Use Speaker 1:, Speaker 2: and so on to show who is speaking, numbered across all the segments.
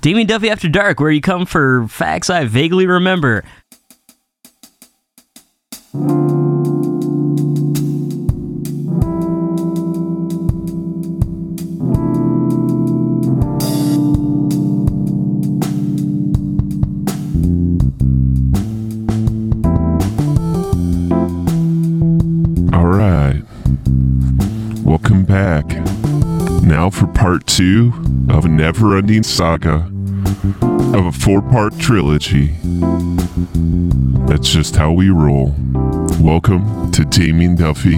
Speaker 1: Damien Duffy After Dark, where you come for facts I vaguely remember.
Speaker 2: All right. Welcome back. Now for part two of a never ending saga of a four part trilogy. That's just how we roll. Welcome to Damien Duffy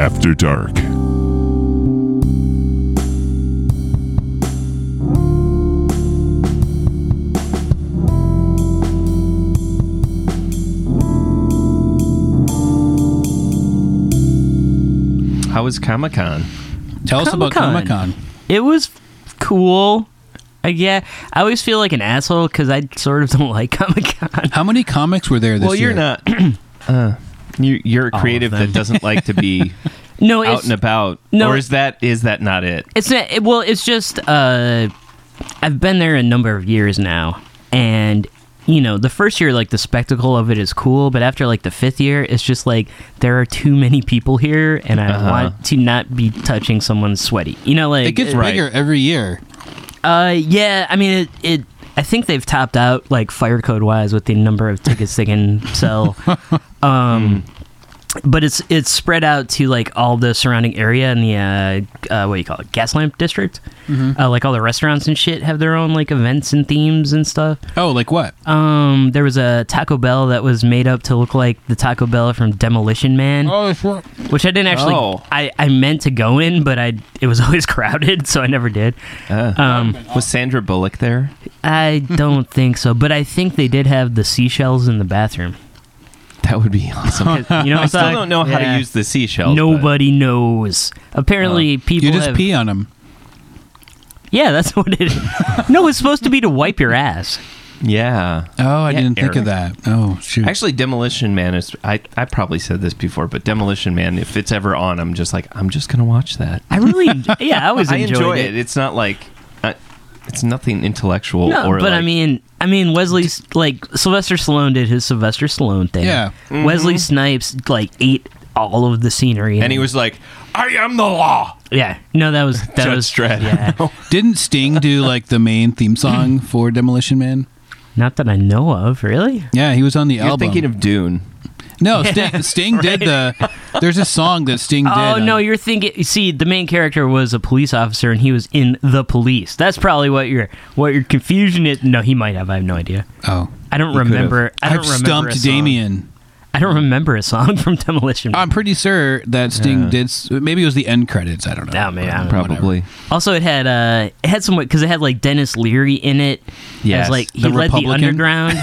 Speaker 2: After Dark.
Speaker 3: How was Comic Con?
Speaker 4: Tell us about Comic
Speaker 1: Comic-Con.
Speaker 4: Con.
Speaker 1: It was cool. I, yeah, I always feel like an asshole because I sort of don't like Comic Con.
Speaker 4: How many comics were there this
Speaker 3: Well,
Speaker 4: year?
Speaker 3: you're not. uh, you, you're a
Speaker 1: of
Speaker 3: creative
Speaker 1: them.
Speaker 3: that doesn't like to be
Speaker 1: No,
Speaker 3: out
Speaker 1: it's
Speaker 3: and about.
Speaker 1: No,
Speaker 3: or
Speaker 1: it-
Speaker 3: is that is that not it?
Speaker 1: It's not, it, well, it's just uh, I've been there a number of years now, and you know, the first year, like the spectacle of it is cool, but after like the fifth year, it's just like there are too many people here, and I
Speaker 3: Uh-huh.
Speaker 1: want to not be touching someone sweaty. You know, like
Speaker 4: It gets
Speaker 3: Right.
Speaker 4: bigger every year.
Speaker 1: uh, yeah, I mean, it, it. I think they've topped out like fire code wise with the number of tickets they can sell. um, but it's it's spread out to like all the surrounding area and the uh, uh, what do you call it, gas lamp district. Uh, like all the restaurants and shit have their own like events and themes and stuff.
Speaker 4: Oh, like what?
Speaker 1: Um, there was a Taco Bell that was made up to look like the Taco Bell from Demolition Man,
Speaker 4: Oh, it's what?
Speaker 1: which I didn't actually.
Speaker 3: Oh.
Speaker 1: I I meant to go in, but I it was always crowded, so I never did. um.
Speaker 3: Uh, Was Sandra Bullock there?
Speaker 1: I don't think so, but I think they did have the seashells in the bathroom.
Speaker 3: That would be awesome.
Speaker 1: You know,
Speaker 3: I still don't know how to use the seashell.
Speaker 1: Nobody knows.
Speaker 3: Oh.
Speaker 1: Apparently, people.
Speaker 4: You just
Speaker 1: have-
Speaker 4: pee on them.
Speaker 1: Yeah, that's what it. Is. no, it's supposed to be to wipe your ass.
Speaker 3: Yeah.
Speaker 4: Oh, I
Speaker 3: Yeah,
Speaker 4: didn't think of that. Oh, shoot.
Speaker 3: Actually, Demolition Man is. I, I probably said this before, but Demolition Man, if it's ever on, I'm just like, I'm just going to watch that.
Speaker 1: I really, yeah, I always
Speaker 3: I
Speaker 1: enjoyed
Speaker 3: enjoy it. It's not like. I, it's nothing intellectual
Speaker 1: No,
Speaker 3: or
Speaker 1: but I
Speaker 3: like-
Speaker 1: mean, I mean, Wesley's like Sylvester Stallone did his Sylvester Stallone thing.
Speaker 4: Yeah.
Speaker 3: Mm-hmm.
Speaker 1: Wesley Snipes like ate all of the scenery,
Speaker 3: And he was like, I am the law.
Speaker 1: yeah. No, that was that
Speaker 3: Judge
Speaker 1: was
Speaker 3: Dredd.
Speaker 1: Yeah,
Speaker 4: didn't Sting do like the main theme song for Demolition Man?
Speaker 1: not that I know of, really.
Speaker 4: Yeah, he was on the
Speaker 3: You're
Speaker 4: album.
Speaker 3: thinking of Dune.
Speaker 4: no, Sting, Sting did the. There's a song that Sting did. um,
Speaker 1: Oh
Speaker 4: on-
Speaker 1: no, you're thinking. you See, the main character was a police officer, and he was in the police. That's probably what your what your confusion is. No, he might have. I have no idea.
Speaker 4: oh,
Speaker 1: I don't
Speaker 3: could've.
Speaker 1: remember. I don't
Speaker 4: I've
Speaker 1: remember a
Speaker 4: stumped
Speaker 1: song.
Speaker 4: Damien.
Speaker 1: I don't remember a song from Demolition. Man.
Speaker 4: I'm pretty sure that Sting
Speaker 3: Yeah.
Speaker 4: did. s- Maybe it was the end credits. I don't know.
Speaker 1: Yeah, maybe, I don't know.
Speaker 3: Probably.
Speaker 1: also, it had uh, it had some because it had like Dennis Leary in it.
Speaker 3: Yes,
Speaker 1: as, like he
Speaker 4: the
Speaker 1: led the
Speaker 4: Republican.
Speaker 1: underground.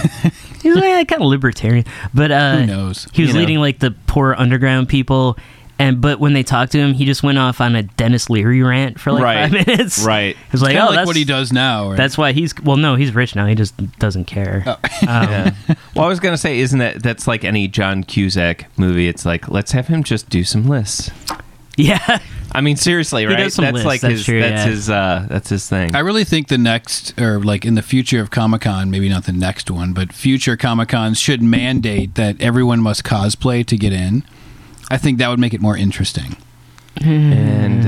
Speaker 1: he was like kind of libertarian, but uh,
Speaker 4: Who knows?
Speaker 1: He was
Speaker 3: You know.
Speaker 1: leading like the poor underground people. And but when they talked to him, he just went off on a Dennis Leary rant for like
Speaker 3: Right.
Speaker 1: five minutes.
Speaker 3: Right.
Speaker 1: It was like,
Speaker 4: Kinda
Speaker 1: oh,
Speaker 4: like
Speaker 1: that's
Speaker 4: what he does now. Right?
Speaker 1: That's why he's well. No, he's rich now. He just doesn't
Speaker 4: Oh.
Speaker 1: care. Um,
Speaker 3: Yeah. well, I was gonna say, isn't that that's like any John Cusack movie? It's like let's have him just do some lists.
Speaker 1: Yeah,
Speaker 3: I mean, seriously, right?
Speaker 1: does some
Speaker 3: that's
Speaker 1: lists,
Speaker 3: like
Speaker 1: that's
Speaker 3: his.
Speaker 1: true,
Speaker 3: that's
Speaker 1: yeah.
Speaker 3: his. Uh, that's his thing.
Speaker 4: I really think the next, or like in the future of Comic Con, maybe not the next one, but future Comic Cons should mandate that everyone must cosplay to get in. I think that would make it more interesting.
Speaker 3: and
Speaker 1: Mm.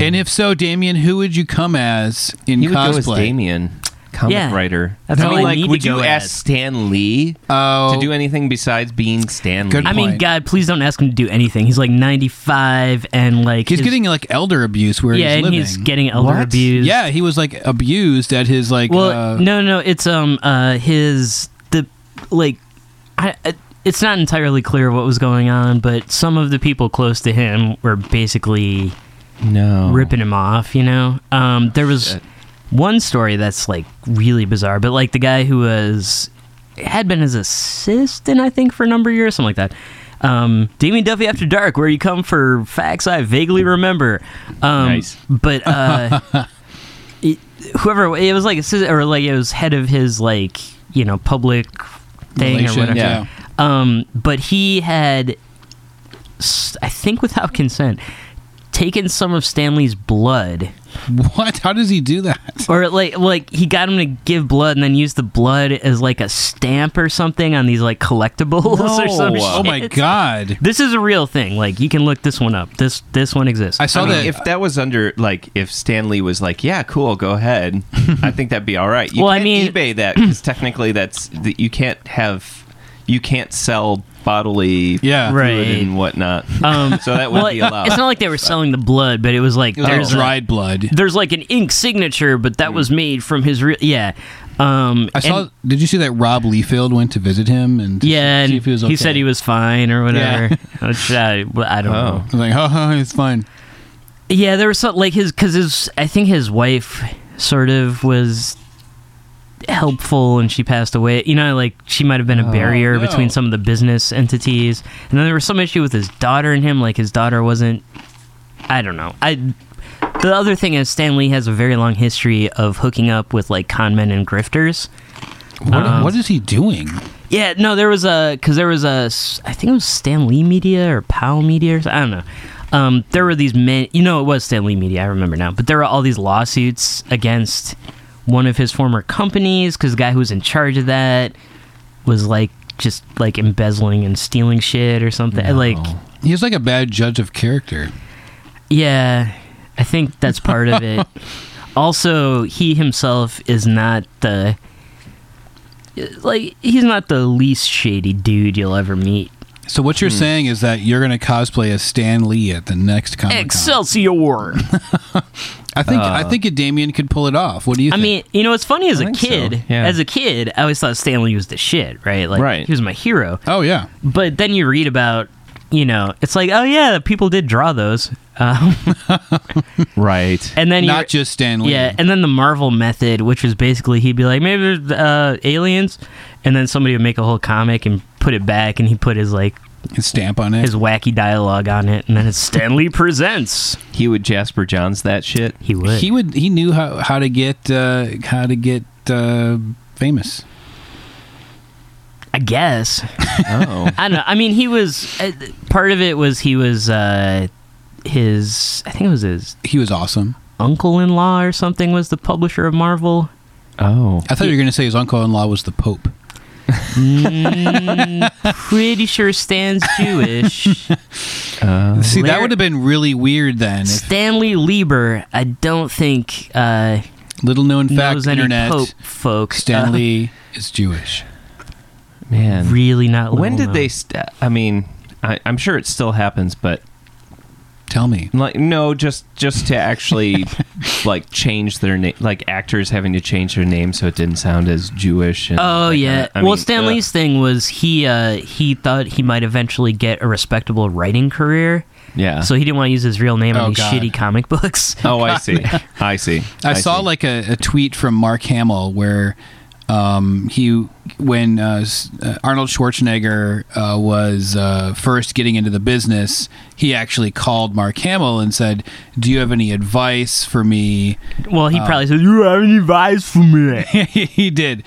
Speaker 3: uh,
Speaker 4: And if so, Damien, who would you come as in
Speaker 3: he would
Speaker 4: cosplay?
Speaker 3: go as Damien, comic
Speaker 1: Yeah.
Speaker 3: writer.
Speaker 1: That's
Speaker 3: I
Speaker 1: all
Speaker 3: mean,
Speaker 1: I
Speaker 3: like,
Speaker 1: need to
Speaker 3: would you
Speaker 1: go
Speaker 3: ask
Speaker 1: as.
Speaker 3: Stan Lee
Speaker 4: Oh,
Speaker 3: to do anything besides being Stan
Speaker 4: Good
Speaker 3: Lee?
Speaker 1: I mean,
Speaker 4: point.
Speaker 1: God, please don't ask him to do anything. He's like ninety five and like
Speaker 4: he's
Speaker 1: his-
Speaker 4: getting like elder abuse where
Speaker 1: yeah,
Speaker 4: he's
Speaker 1: and
Speaker 4: living.
Speaker 1: he's getting elder
Speaker 3: What?
Speaker 1: abuse.
Speaker 4: yeah, he was like abused at his like.
Speaker 1: Well,
Speaker 4: uh,
Speaker 1: no, no, it's um, uh, his the like, I. I it's not entirely clear what was going on, but some of the people close to him were basically
Speaker 3: no,
Speaker 1: ripping him off, you know? Um, there was
Speaker 3: Shit.
Speaker 1: one story that's like really bizarre, but like the guy who was had been his assistant, I think, for a number of years, something like that. Um, Damien Duffy After Dark, where you come for facts I vaguely remember. Um,
Speaker 3: Nice.
Speaker 1: But uh, it- whoever it was, like assis- or like it was head of his like you know public thing
Speaker 4: relation,
Speaker 1: or whatever.
Speaker 4: Yeah.
Speaker 1: Um, but he had, s- I think, without consent, taken some of Stanley's blood,
Speaker 4: What? How does he do that?
Speaker 1: or like like he got him to give blood and then used the blood as like a stamp or something on these like collectibles or some shit.
Speaker 4: oh my god!
Speaker 1: This is a real thing. Like you can look this one up. This this one exists.
Speaker 4: I saw
Speaker 3: I mean,
Speaker 4: that.
Speaker 3: if that was under like if Stanley was like, "Yeah, cool, go ahead," I think that'd be all right. You
Speaker 1: Well, I
Speaker 3: can't
Speaker 1: mean-
Speaker 3: eBay that because technically that's that you can't have you can't sell bodily
Speaker 4: yeah,
Speaker 1: Right.
Speaker 3: fluid and whatnot.
Speaker 1: Um,
Speaker 3: so that would
Speaker 1: well,
Speaker 3: be allowed.
Speaker 1: it's not like they were selling the blood, but it was like
Speaker 4: It was
Speaker 1: there's a,
Speaker 4: dried blood.
Speaker 1: there's like an ink signature, but that was made from his real yeah. Um,
Speaker 4: Hmm. I saw. did you see that Rob Liefeld went to visit him and to
Speaker 1: yeah, and
Speaker 4: see if he was okay?
Speaker 1: said he was fine or whatever. Which I, well, I don't know.
Speaker 3: oh,
Speaker 4: I was like, ha ha, it's fine.
Speaker 1: Yeah, there was some, like his because his I think his wife sort of was helpful and she passed away. You know, like she might have been a barrier
Speaker 4: Oh, no.
Speaker 1: between some of the business entities. And then there was some issue with his daughter and him. Like his daughter wasn't. I don't know. I. The other thing is Stan Lee has a very long history of hooking up with like con men and grifters.
Speaker 4: What,
Speaker 1: Um,
Speaker 4: what is he doing?
Speaker 1: Yeah, no, there was a because there was a s- I think it was Stan Lee Media or Powell Media or s- I don't know. Um, there were these men, you know, it was Stan Lee Media. I remember now, but there were all these lawsuits against one of his former companies because the guy who was in charge of that was like just like embezzling and stealing shit or something. Like,
Speaker 4: He's like a bad judge of character.
Speaker 1: yeah, I think that's part of it. Also, he himself is not the like he's not the least shady dude you'll ever meet.
Speaker 4: So what you're
Speaker 1: Hmm.
Speaker 4: saying is that you're going to cosplay as Stan Lee at the next
Speaker 1: Oh
Speaker 4: Comic Con.
Speaker 1: Excelsior.
Speaker 4: I think I think a Damien could pull it off. What do you?
Speaker 1: uh, I
Speaker 4: think?
Speaker 1: mean, you know, what's funny as a
Speaker 3: think so,
Speaker 1: kid,
Speaker 3: yeah.
Speaker 1: as a kid, I always thought Stanley was the shit, right? Like,
Speaker 3: Right.
Speaker 1: he was my hero.
Speaker 4: oh yeah,
Speaker 1: But then you read about, you know, it's like, oh yeah, people did draw those, um,
Speaker 3: right.
Speaker 1: and then you
Speaker 4: not just Stan Lee.
Speaker 1: yeah, and then the Marvel method, which was basically he'd be like, maybe there's uh, aliens, and then somebody would make a whole comic and put it back, and he put his like
Speaker 4: His stamp on it.
Speaker 1: his wacky dialogue on it, and then it's Stanley presents.
Speaker 3: He would Jasper Johns that shit.
Speaker 1: He would.
Speaker 4: he would. He knew how how to get uh, how to get uh, famous.
Speaker 1: I guess.
Speaker 3: Oh,
Speaker 1: I don't know. I mean, he was uh, part of it was he was uh, his I think it was his
Speaker 4: He was awesome.
Speaker 1: uncle-in-law or something was the publisher of Marvel.
Speaker 3: oh,
Speaker 4: I thought you were going to say his uncle-in-law was the Pope.
Speaker 1: Pretty sure Stan's Jewish.
Speaker 3: uh,
Speaker 4: See, that
Speaker 1: Larry-
Speaker 4: would have been really weird then. If
Speaker 1: Stanley Lieber, I don't think uh,
Speaker 4: little known fact,
Speaker 1: knows any
Speaker 4: internet.
Speaker 1: Pope Uh. folk.
Speaker 4: Stanley is Jewish.
Speaker 1: Uh,
Speaker 3: man.
Speaker 1: really uh, not.
Speaker 3: when
Speaker 1: little
Speaker 3: did they?
Speaker 1: known.
Speaker 3: St- I mean, I, I'm sure it still happens, but
Speaker 4: Tell me.
Speaker 3: like no just just to actually like change their name like actors having to change their name so it didn't sound as jewish and
Speaker 1: Oh
Speaker 3: like
Speaker 1: yeah.
Speaker 3: that. I
Speaker 1: well,
Speaker 3: mean,
Speaker 1: Stan
Speaker 3: ugh.
Speaker 1: Lee's thing was he uh, he thought he might eventually get a respectable writing career,
Speaker 3: yeah
Speaker 1: so he didn't want to use his real name
Speaker 4: Uh. Oh,
Speaker 1: on these
Speaker 4: God.
Speaker 1: shitty comic books.
Speaker 3: oh i see i see
Speaker 4: I, saw
Speaker 3: see.
Speaker 4: like a, a tweet from Mark Hamill where um, he, when uh, s- uh, Arnold Schwarzenegger uh, was uh, first getting into the business, he actually called Mark Hamill and said, "Do you have any advice for me?"
Speaker 1: Well, he probably said, "You have any advice for me?"
Speaker 4: he did,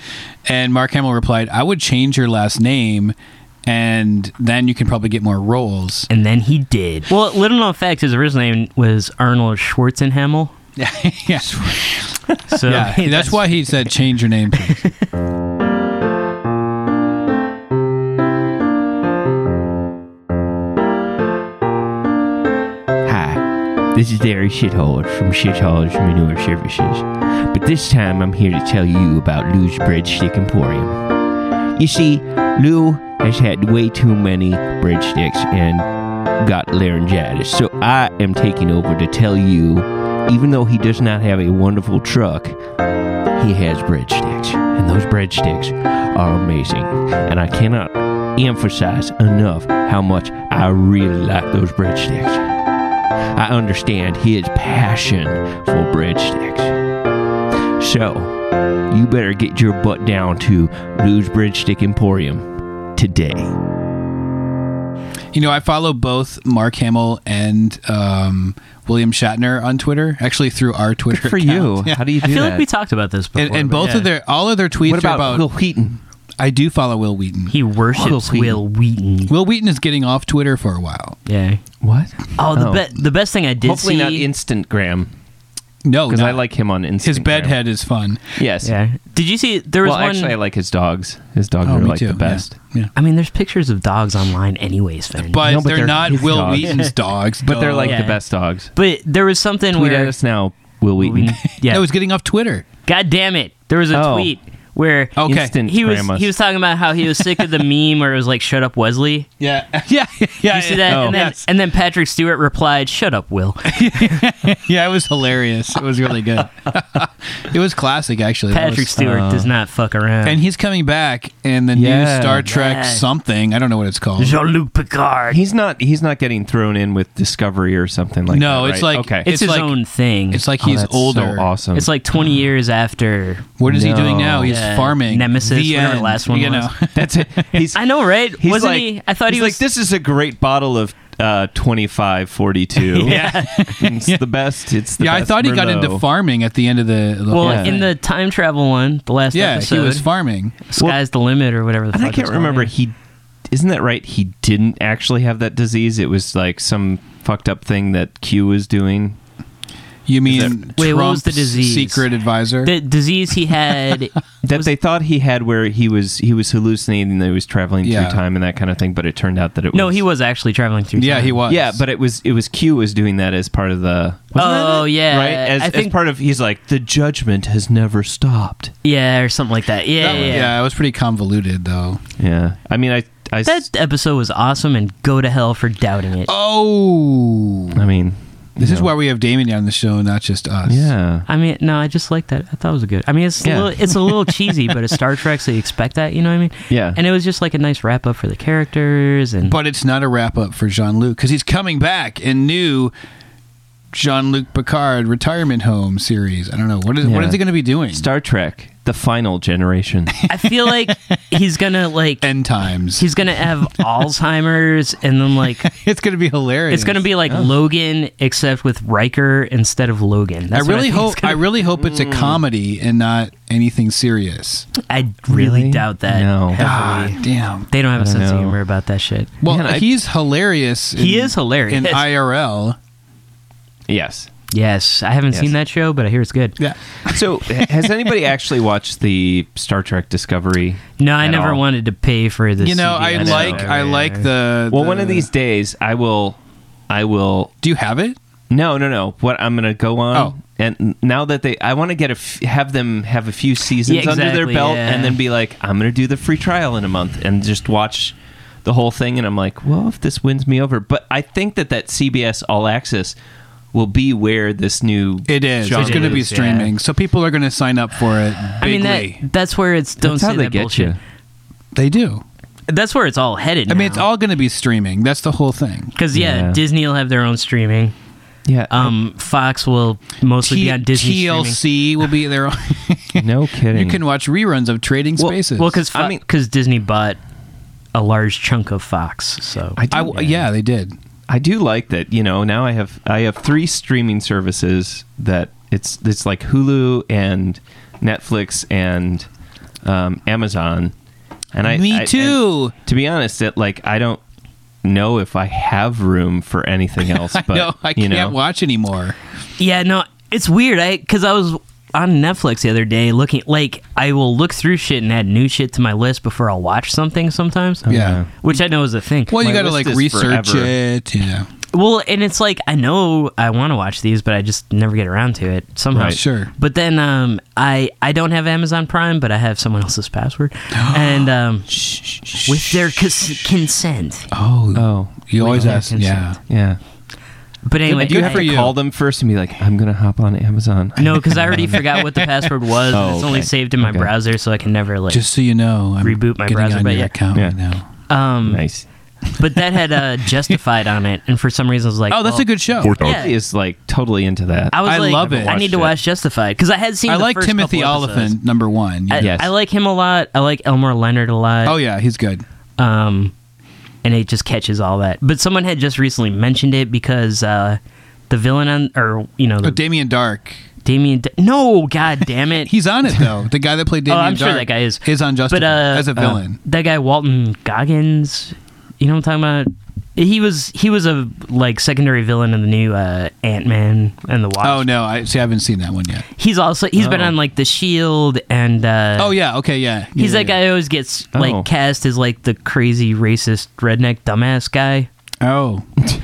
Speaker 4: and Mark Hamill replied, "I would change your last name, and then you can probably get more roles."
Speaker 1: And then he did. Well, little known fact: his original name was Arnold Schwarzenhamel.
Speaker 4: yeah,
Speaker 1: So
Speaker 4: yeah. That's, why he said, "Change your name." please."
Speaker 5: Hi, this is Larry Shitholer from Shitholer's Manure Services, but this time I'm here to tell you about Lou's Breadstick Emporium. You see, Lou has had way too many breadsticks and got laryngitis, so I am taking over to tell you, even though he does not have a wonderful truck, he has breadsticks, and those breadsticks are amazing. And I cannot emphasize enough how much I really like those breadsticks. I understand his passion for breadsticks. So, you better get your butt down to Lou's Breadstick Emporium today.
Speaker 4: You know, I follow both Mark Hamill and um, William Shatner on Twitter, actually through our Twitter.
Speaker 3: for
Speaker 4: account.
Speaker 3: you
Speaker 4: Yeah.
Speaker 3: how do you do
Speaker 1: I feel
Speaker 3: that
Speaker 1: like we talked about this before.
Speaker 4: And, and
Speaker 1: but
Speaker 4: both
Speaker 1: yeah.
Speaker 4: of their all of their tweets
Speaker 5: what about,
Speaker 4: are about
Speaker 5: Will Wheaton?
Speaker 4: I do follow Will Wheaton.
Speaker 1: He worships Will
Speaker 3: Will
Speaker 1: Wheaton.
Speaker 4: Will Wheaton is getting off Twitter for a while.
Speaker 1: Yeah.
Speaker 3: What?
Speaker 1: Oh, the
Speaker 3: Oh.
Speaker 1: be- the best thing I did
Speaker 3: Hopefully
Speaker 1: see.
Speaker 3: not Instagram
Speaker 4: No,
Speaker 3: because I
Speaker 4: Oh, not-
Speaker 3: like him on Instagram.
Speaker 4: his bedhead is fun.
Speaker 3: Yes.
Speaker 1: yeah. Did you see there was
Speaker 3: Well,
Speaker 1: one?
Speaker 3: actually, I like his dogs. His dogs
Speaker 4: Oh,
Speaker 3: are
Speaker 4: me
Speaker 3: like
Speaker 4: too.
Speaker 3: the best.
Speaker 4: Yeah. yeah.
Speaker 1: I mean, there's pictures of dogs online, anyways, Finn.
Speaker 4: But,
Speaker 3: No, but
Speaker 4: they're,
Speaker 3: they're
Speaker 4: not
Speaker 3: his
Speaker 4: Will
Speaker 3: dogs.
Speaker 4: Wheaton's dogs.
Speaker 3: But they're
Speaker 4: duh.
Speaker 3: like
Speaker 1: Yeah.
Speaker 3: the best dogs.
Speaker 1: but there was something
Speaker 3: Tweet
Speaker 1: where
Speaker 3: at us now, Will Wheaton.
Speaker 1: yeah.
Speaker 4: No, he's getting off Twitter.
Speaker 1: God damn it! There was a
Speaker 3: Oh.
Speaker 1: tweet where
Speaker 4: Okay.
Speaker 3: Instant
Speaker 1: he was
Speaker 3: grandmas.
Speaker 1: he was talking about how he was sick of the meme where it was like "Shut up, Wesley."
Speaker 4: Yeah, yeah, yeah.
Speaker 1: You see that?
Speaker 4: yeah.
Speaker 1: and, then, and then Patrick Stewart replied, "Shut up, Will."
Speaker 4: Yeah, it was hilarious. It was really good. it was classic, actually. That
Speaker 1: Patrick
Speaker 4: was-
Speaker 1: Stewart does not fuck around.
Speaker 4: and he's coming back in the
Speaker 3: Yeah.
Speaker 4: new Star Trek
Speaker 1: Yeah.
Speaker 4: something. I don't know what it's called.
Speaker 1: Jean Luc Picard.
Speaker 3: he's not. He's not getting thrown in with Discovery or something like
Speaker 4: No,
Speaker 3: that.
Speaker 4: it's
Speaker 3: right?
Speaker 4: like-
Speaker 3: okay.
Speaker 1: it's, his
Speaker 4: it's like-
Speaker 1: own thing.
Speaker 4: It's like
Speaker 3: Oh,
Speaker 4: he's
Speaker 3: that's
Speaker 4: older.
Speaker 3: So awesome.
Speaker 1: It's like 20 years after.
Speaker 4: What is he doing
Speaker 3: No.
Speaker 4: now? He's
Speaker 1: Yeah.
Speaker 4: farming.
Speaker 1: Nemesis,
Speaker 4: The
Speaker 1: whatever the
Speaker 4: end,
Speaker 1: last one
Speaker 4: you
Speaker 1: was.
Speaker 4: know.
Speaker 3: that's it. He's.
Speaker 1: I know, right?
Speaker 3: He's
Speaker 1: Wasn't
Speaker 3: like-
Speaker 1: he? I thought he
Speaker 3: he's
Speaker 1: was.
Speaker 3: like this is a great bottle of uh, twenty five forty two.
Speaker 1: Yeah.
Speaker 3: it's the best. It's the
Speaker 4: yeah, I
Speaker 3: best
Speaker 4: thought he got
Speaker 3: Merlot.
Speaker 4: into farming at the end of the. the
Speaker 1: well,
Speaker 4: whole
Speaker 1: in
Speaker 4: thing.
Speaker 1: the time travel one, the last
Speaker 4: yeah,
Speaker 1: episode,
Speaker 4: he was farming.
Speaker 1: Sky's the limit or whatever the
Speaker 3: And
Speaker 1: fuck
Speaker 3: I
Speaker 1: it's
Speaker 3: can't
Speaker 1: called,
Speaker 3: remember.
Speaker 1: yeah.
Speaker 3: He isn't that right? He didn't actually have that disease. It was like some fucked up thing that Q was doing.
Speaker 4: You mean
Speaker 1: that- Wait, what was the
Speaker 4: Trump's
Speaker 1: disease?
Speaker 4: Secret advisor.
Speaker 1: The disease he had.
Speaker 3: That
Speaker 1: Was-
Speaker 3: they thought he had where he was he was hallucinating and he was traveling
Speaker 4: Yeah.
Speaker 3: through time and that kind of thing, but it turned out that it was
Speaker 1: no, he was actually traveling through.
Speaker 4: yeah,
Speaker 1: time.
Speaker 4: he was.
Speaker 3: Yeah, but it was it was Q was doing that as part of the wasn't that
Speaker 1: Oh,
Speaker 3: it?
Speaker 1: yeah.
Speaker 3: right as,
Speaker 1: I think-
Speaker 3: as part of he's like the judgment has never stopped.
Speaker 1: Yeah, or something like that. Yeah,
Speaker 4: That-
Speaker 1: yeah.
Speaker 4: yeah, it was pretty convoluted though.
Speaker 3: Yeah, I mean I I s-
Speaker 1: That episode was awesome, and go to hell for doubting it.
Speaker 4: Oh,
Speaker 3: I mean
Speaker 4: this
Speaker 3: you
Speaker 4: is
Speaker 3: know.
Speaker 4: why we have Damien on the show, not just us.
Speaker 3: yeah
Speaker 1: I mean, no, I just like that. I thought it was good. I mean, it's
Speaker 3: Yeah.
Speaker 1: a little, it's a little cheesy, but it's Star Trek, so you expect that. You know what I mean?
Speaker 3: Yeah.
Speaker 1: And it was just like a nice wrap up for the characters, and
Speaker 4: But it's not a wrap up for Jean Luc because he's coming back in new Jean Luc Picard retirement home series. I don't know what is what
Speaker 3: Yeah.
Speaker 4: is he going to be doing?
Speaker 3: Star Trek the final generation.
Speaker 1: I feel like he's gonna like
Speaker 4: End times.
Speaker 1: he's gonna have Alzheimer's, and then like
Speaker 4: it's going to be hilarious.
Speaker 1: it's gonna be like Logan, except with Riker instead of Logan.
Speaker 4: I
Speaker 1: That's what
Speaker 4: really
Speaker 1: think it's
Speaker 4: hope. I
Speaker 1: gonna-
Speaker 4: really hope
Speaker 3: Mm.
Speaker 4: it's a comedy and not anything serious.
Speaker 1: I really,
Speaker 3: Really?
Speaker 1: doubt that.
Speaker 3: No.
Speaker 1: heavily.
Speaker 4: God damn.
Speaker 1: They don't have a
Speaker 3: I don't
Speaker 1: sense of
Speaker 3: know.
Speaker 1: humor about that shit.
Speaker 4: Well,
Speaker 3: Man, I-
Speaker 4: he's hilarious.
Speaker 1: He
Speaker 4: in-
Speaker 1: is hilarious.
Speaker 4: in IRL.
Speaker 3: yes.
Speaker 1: yes, I haven't
Speaker 3: Yes.
Speaker 1: seen that show, but I hear it's good.
Speaker 4: Yeah.
Speaker 3: So h- has anybody actually watched the Star Trek Discovery?
Speaker 1: No, I
Speaker 3: at
Speaker 1: never
Speaker 3: all?
Speaker 1: wanted to pay for this.
Speaker 4: You know, I
Speaker 1: CBS
Speaker 4: like
Speaker 1: show.
Speaker 4: I like the.
Speaker 3: Well,
Speaker 4: the-
Speaker 3: one of these days I will I will
Speaker 4: Do you have it?
Speaker 3: No, no, no. What I'm going to go on
Speaker 4: Oh.
Speaker 3: and now that they I want to get a f- have them have a few seasons
Speaker 1: Yeah,
Speaker 3: under their
Speaker 1: exactly,
Speaker 3: belt
Speaker 1: yeah.
Speaker 3: and then be like I'm going to do the free trial in a month and just watch the whole thing and I'm like, "Well, if this wins me over." But I think that that CBS All Access will be where this new
Speaker 4: It is.
Speaker 3: genre
Speaker 4: it's going to be
Speaker 1: is, yeah.
Speaker 4: streaming, so people are going to sign up for it. Bigly.
Speaker 1: I mean that that's where it's don't
Speaker 3: That's how
Speaker 1: say
Speaker 3: they
Speaker 1: that
Speaker 3: get
Speaker 1: bullshit.
Speaker 3: you.
Speaker 4: they do.
Speaker 1: That's where it's all headed.
Speaker 4: I mean, it's all going to be streaming. That's the whole thing.
Speaker 1: because yeah,
Speaker 3: Yeah.
Speaker 1: Disney will have their own streaming.
Speaker 3: Yeah.
Speaker 1: Um, Fox will mostly be on Disney
Speaker 4: TLC
Speaker 1: streaming.
Speaker 4: will be there.
Speaker 3: no kidding.
Speaker 4: you can watch reruns of Trading
Speaker 3: Well-
Speaker 4: Spaces.
Speaker 1: Well, because
Speaker 3: I mean-
Speaker 1: because Disney bought a large chunk of Fox, so
Speaker 3: I do,
Speaker 4: I, yeah, they did.
Speaker 3: I do like that. You know, now I have I have three streaming services that it's it's like Hulu and Netflix and um, Amazon. And I
Speaker 4: Me
Speaker 3: I- and
Speaker 4: too.
Speaker 3: to be honest, it like I don't know if I have room for anything else. But
Speaker 4: no, I
Speaker 3: you
Speaker 4: can't
Speaker 3: know,
Speaker 4: watch anymore.
Speaker 1: yeah, no, it's weird. I because I was on Netflix the other day looking like I will look through shit and add new shit to my list before I'll watch something sometimes.
Speaker 4: yeah.
Speaker 1: Which I know is a thing.
Speaker 4: Well, you
Speaker 3: My
Speaker 4: got to like
Speaker 3: list is
Speaker 4: research
Speaker 3: forever.
Speaker 4: it. You know.
Speaker 1: Well, and it's like I know I want to watch these, but I just never get around to it somehow.
Speaker 3: Right.
Speaker 4: Sure.
Speaker 1: But then um, I I don't have Amazon Prime, but I have someone else's password, and um, with their cons- consent.
Speaker 4: Oh,
Speaker 3: Oh
Speaker 4: you always
Speaker 1: yeah,
Speaker 4: ask.
Speaker 1: consent.
Speaker 4: Yeah.
Speaker 3: yeah.
Speaker 1: But anyway,
Speaker 3: Do you have
Speaker 1: I-
Speaker 3: to
Speaker 4: you.
Speaker 3: call them first and be like, "I'm gonna hop on Amazon"?
Speaker 1: no, because I already forgot what the password was. and
Speaker 3: Oh,
Speaker 1: it's only
Speaker 3: okay.
Speaker 1: saved in my
Speaker 3: Okay.
Speaker 1: browser, so I can never like.
Speaker 4: Just so you know, I'm
Speaker 1: Reboot my
Speaker 4: getting
Speaker 1: browser,
Speaker 4: on
Speaker 1: but
Speaker 4: your
Speaker 1: yeah.
Speaker 4: account
Speaker 3: Yeah.
Speaker 4: right now.
Speaker 1: um,
Speaker 3: Nice.
Speaker 1: But that had uh, justified on it, and for some reason I was like,
Speaker 4: Oh, that's
Speaker 1: well,
Speaker 4: a good show.
Speaker 2: Poor dog.
Speaker 1: Yeah.
Speaker 3: He is like totally into that.
Speaker 1: I was
Speaker 4: I
Speaker 1: like,
Speaker 4: love it.
Speaker 1: I need to
Speaker 3: Watched
Speaker 1: watch
Speaker 3: it.
Speaker 1: Justified because I had seen.
Speaker 4: I
Speaker 1: the
Speaker 4: like
Speaker 1: first
Speaker 4: Timothy
Speaker 1: couple episodes.
Speaker 4: Oliphant, number one.
Speaker 1: I,
Speaker 4: Yeah.
Speaker 3: Yes.
Speaker 1: I like him a lot. I like Elmore Leonard a lot.
Speaker 4: oh yeah, he's good.
Speaker 1: um, and it just catches all that. But someone had just recently mentioned it because uh, the villain on, or you know,
Speaker 4: Oh,
Speaker 1: the,
Speaker 4: Damien Dark.
Speaker 1: Damien. D- no, god damn it.
Speaker 4: He's on it though. The guy that played
Speaker 1: oh,
Speaker 4: Damien
Speaker 1: I'm sure
Speaker 4: Dark
Speaker 1: that guy is.
Speaker 4: is on Justified
Speaker 1: but, uh,
Speaker 4: as a villain.
Speaker 1: uh, that guy Walton Goggins. You know what I'm talking about? He was he was a like secondary villain in the new uh, Ant Man and the Wasp.
Speaker 4: oh no, I see. I haven't seen that one yet.
Speaker 1: He's also he's been
Speaker 3: Oh.
Speaker 1: on like the Shield and uh,
Speaker 4: Oh yeah, okay, yeah.
Speaker 1: He's
Speaker 4: yeah,
Speaker 1: that guy who always gets like
Speaker 3: Oh.
Speaker 1: cast as like the crazy racist redneck dumbass guy.
Speaker 4: yeah. Oh.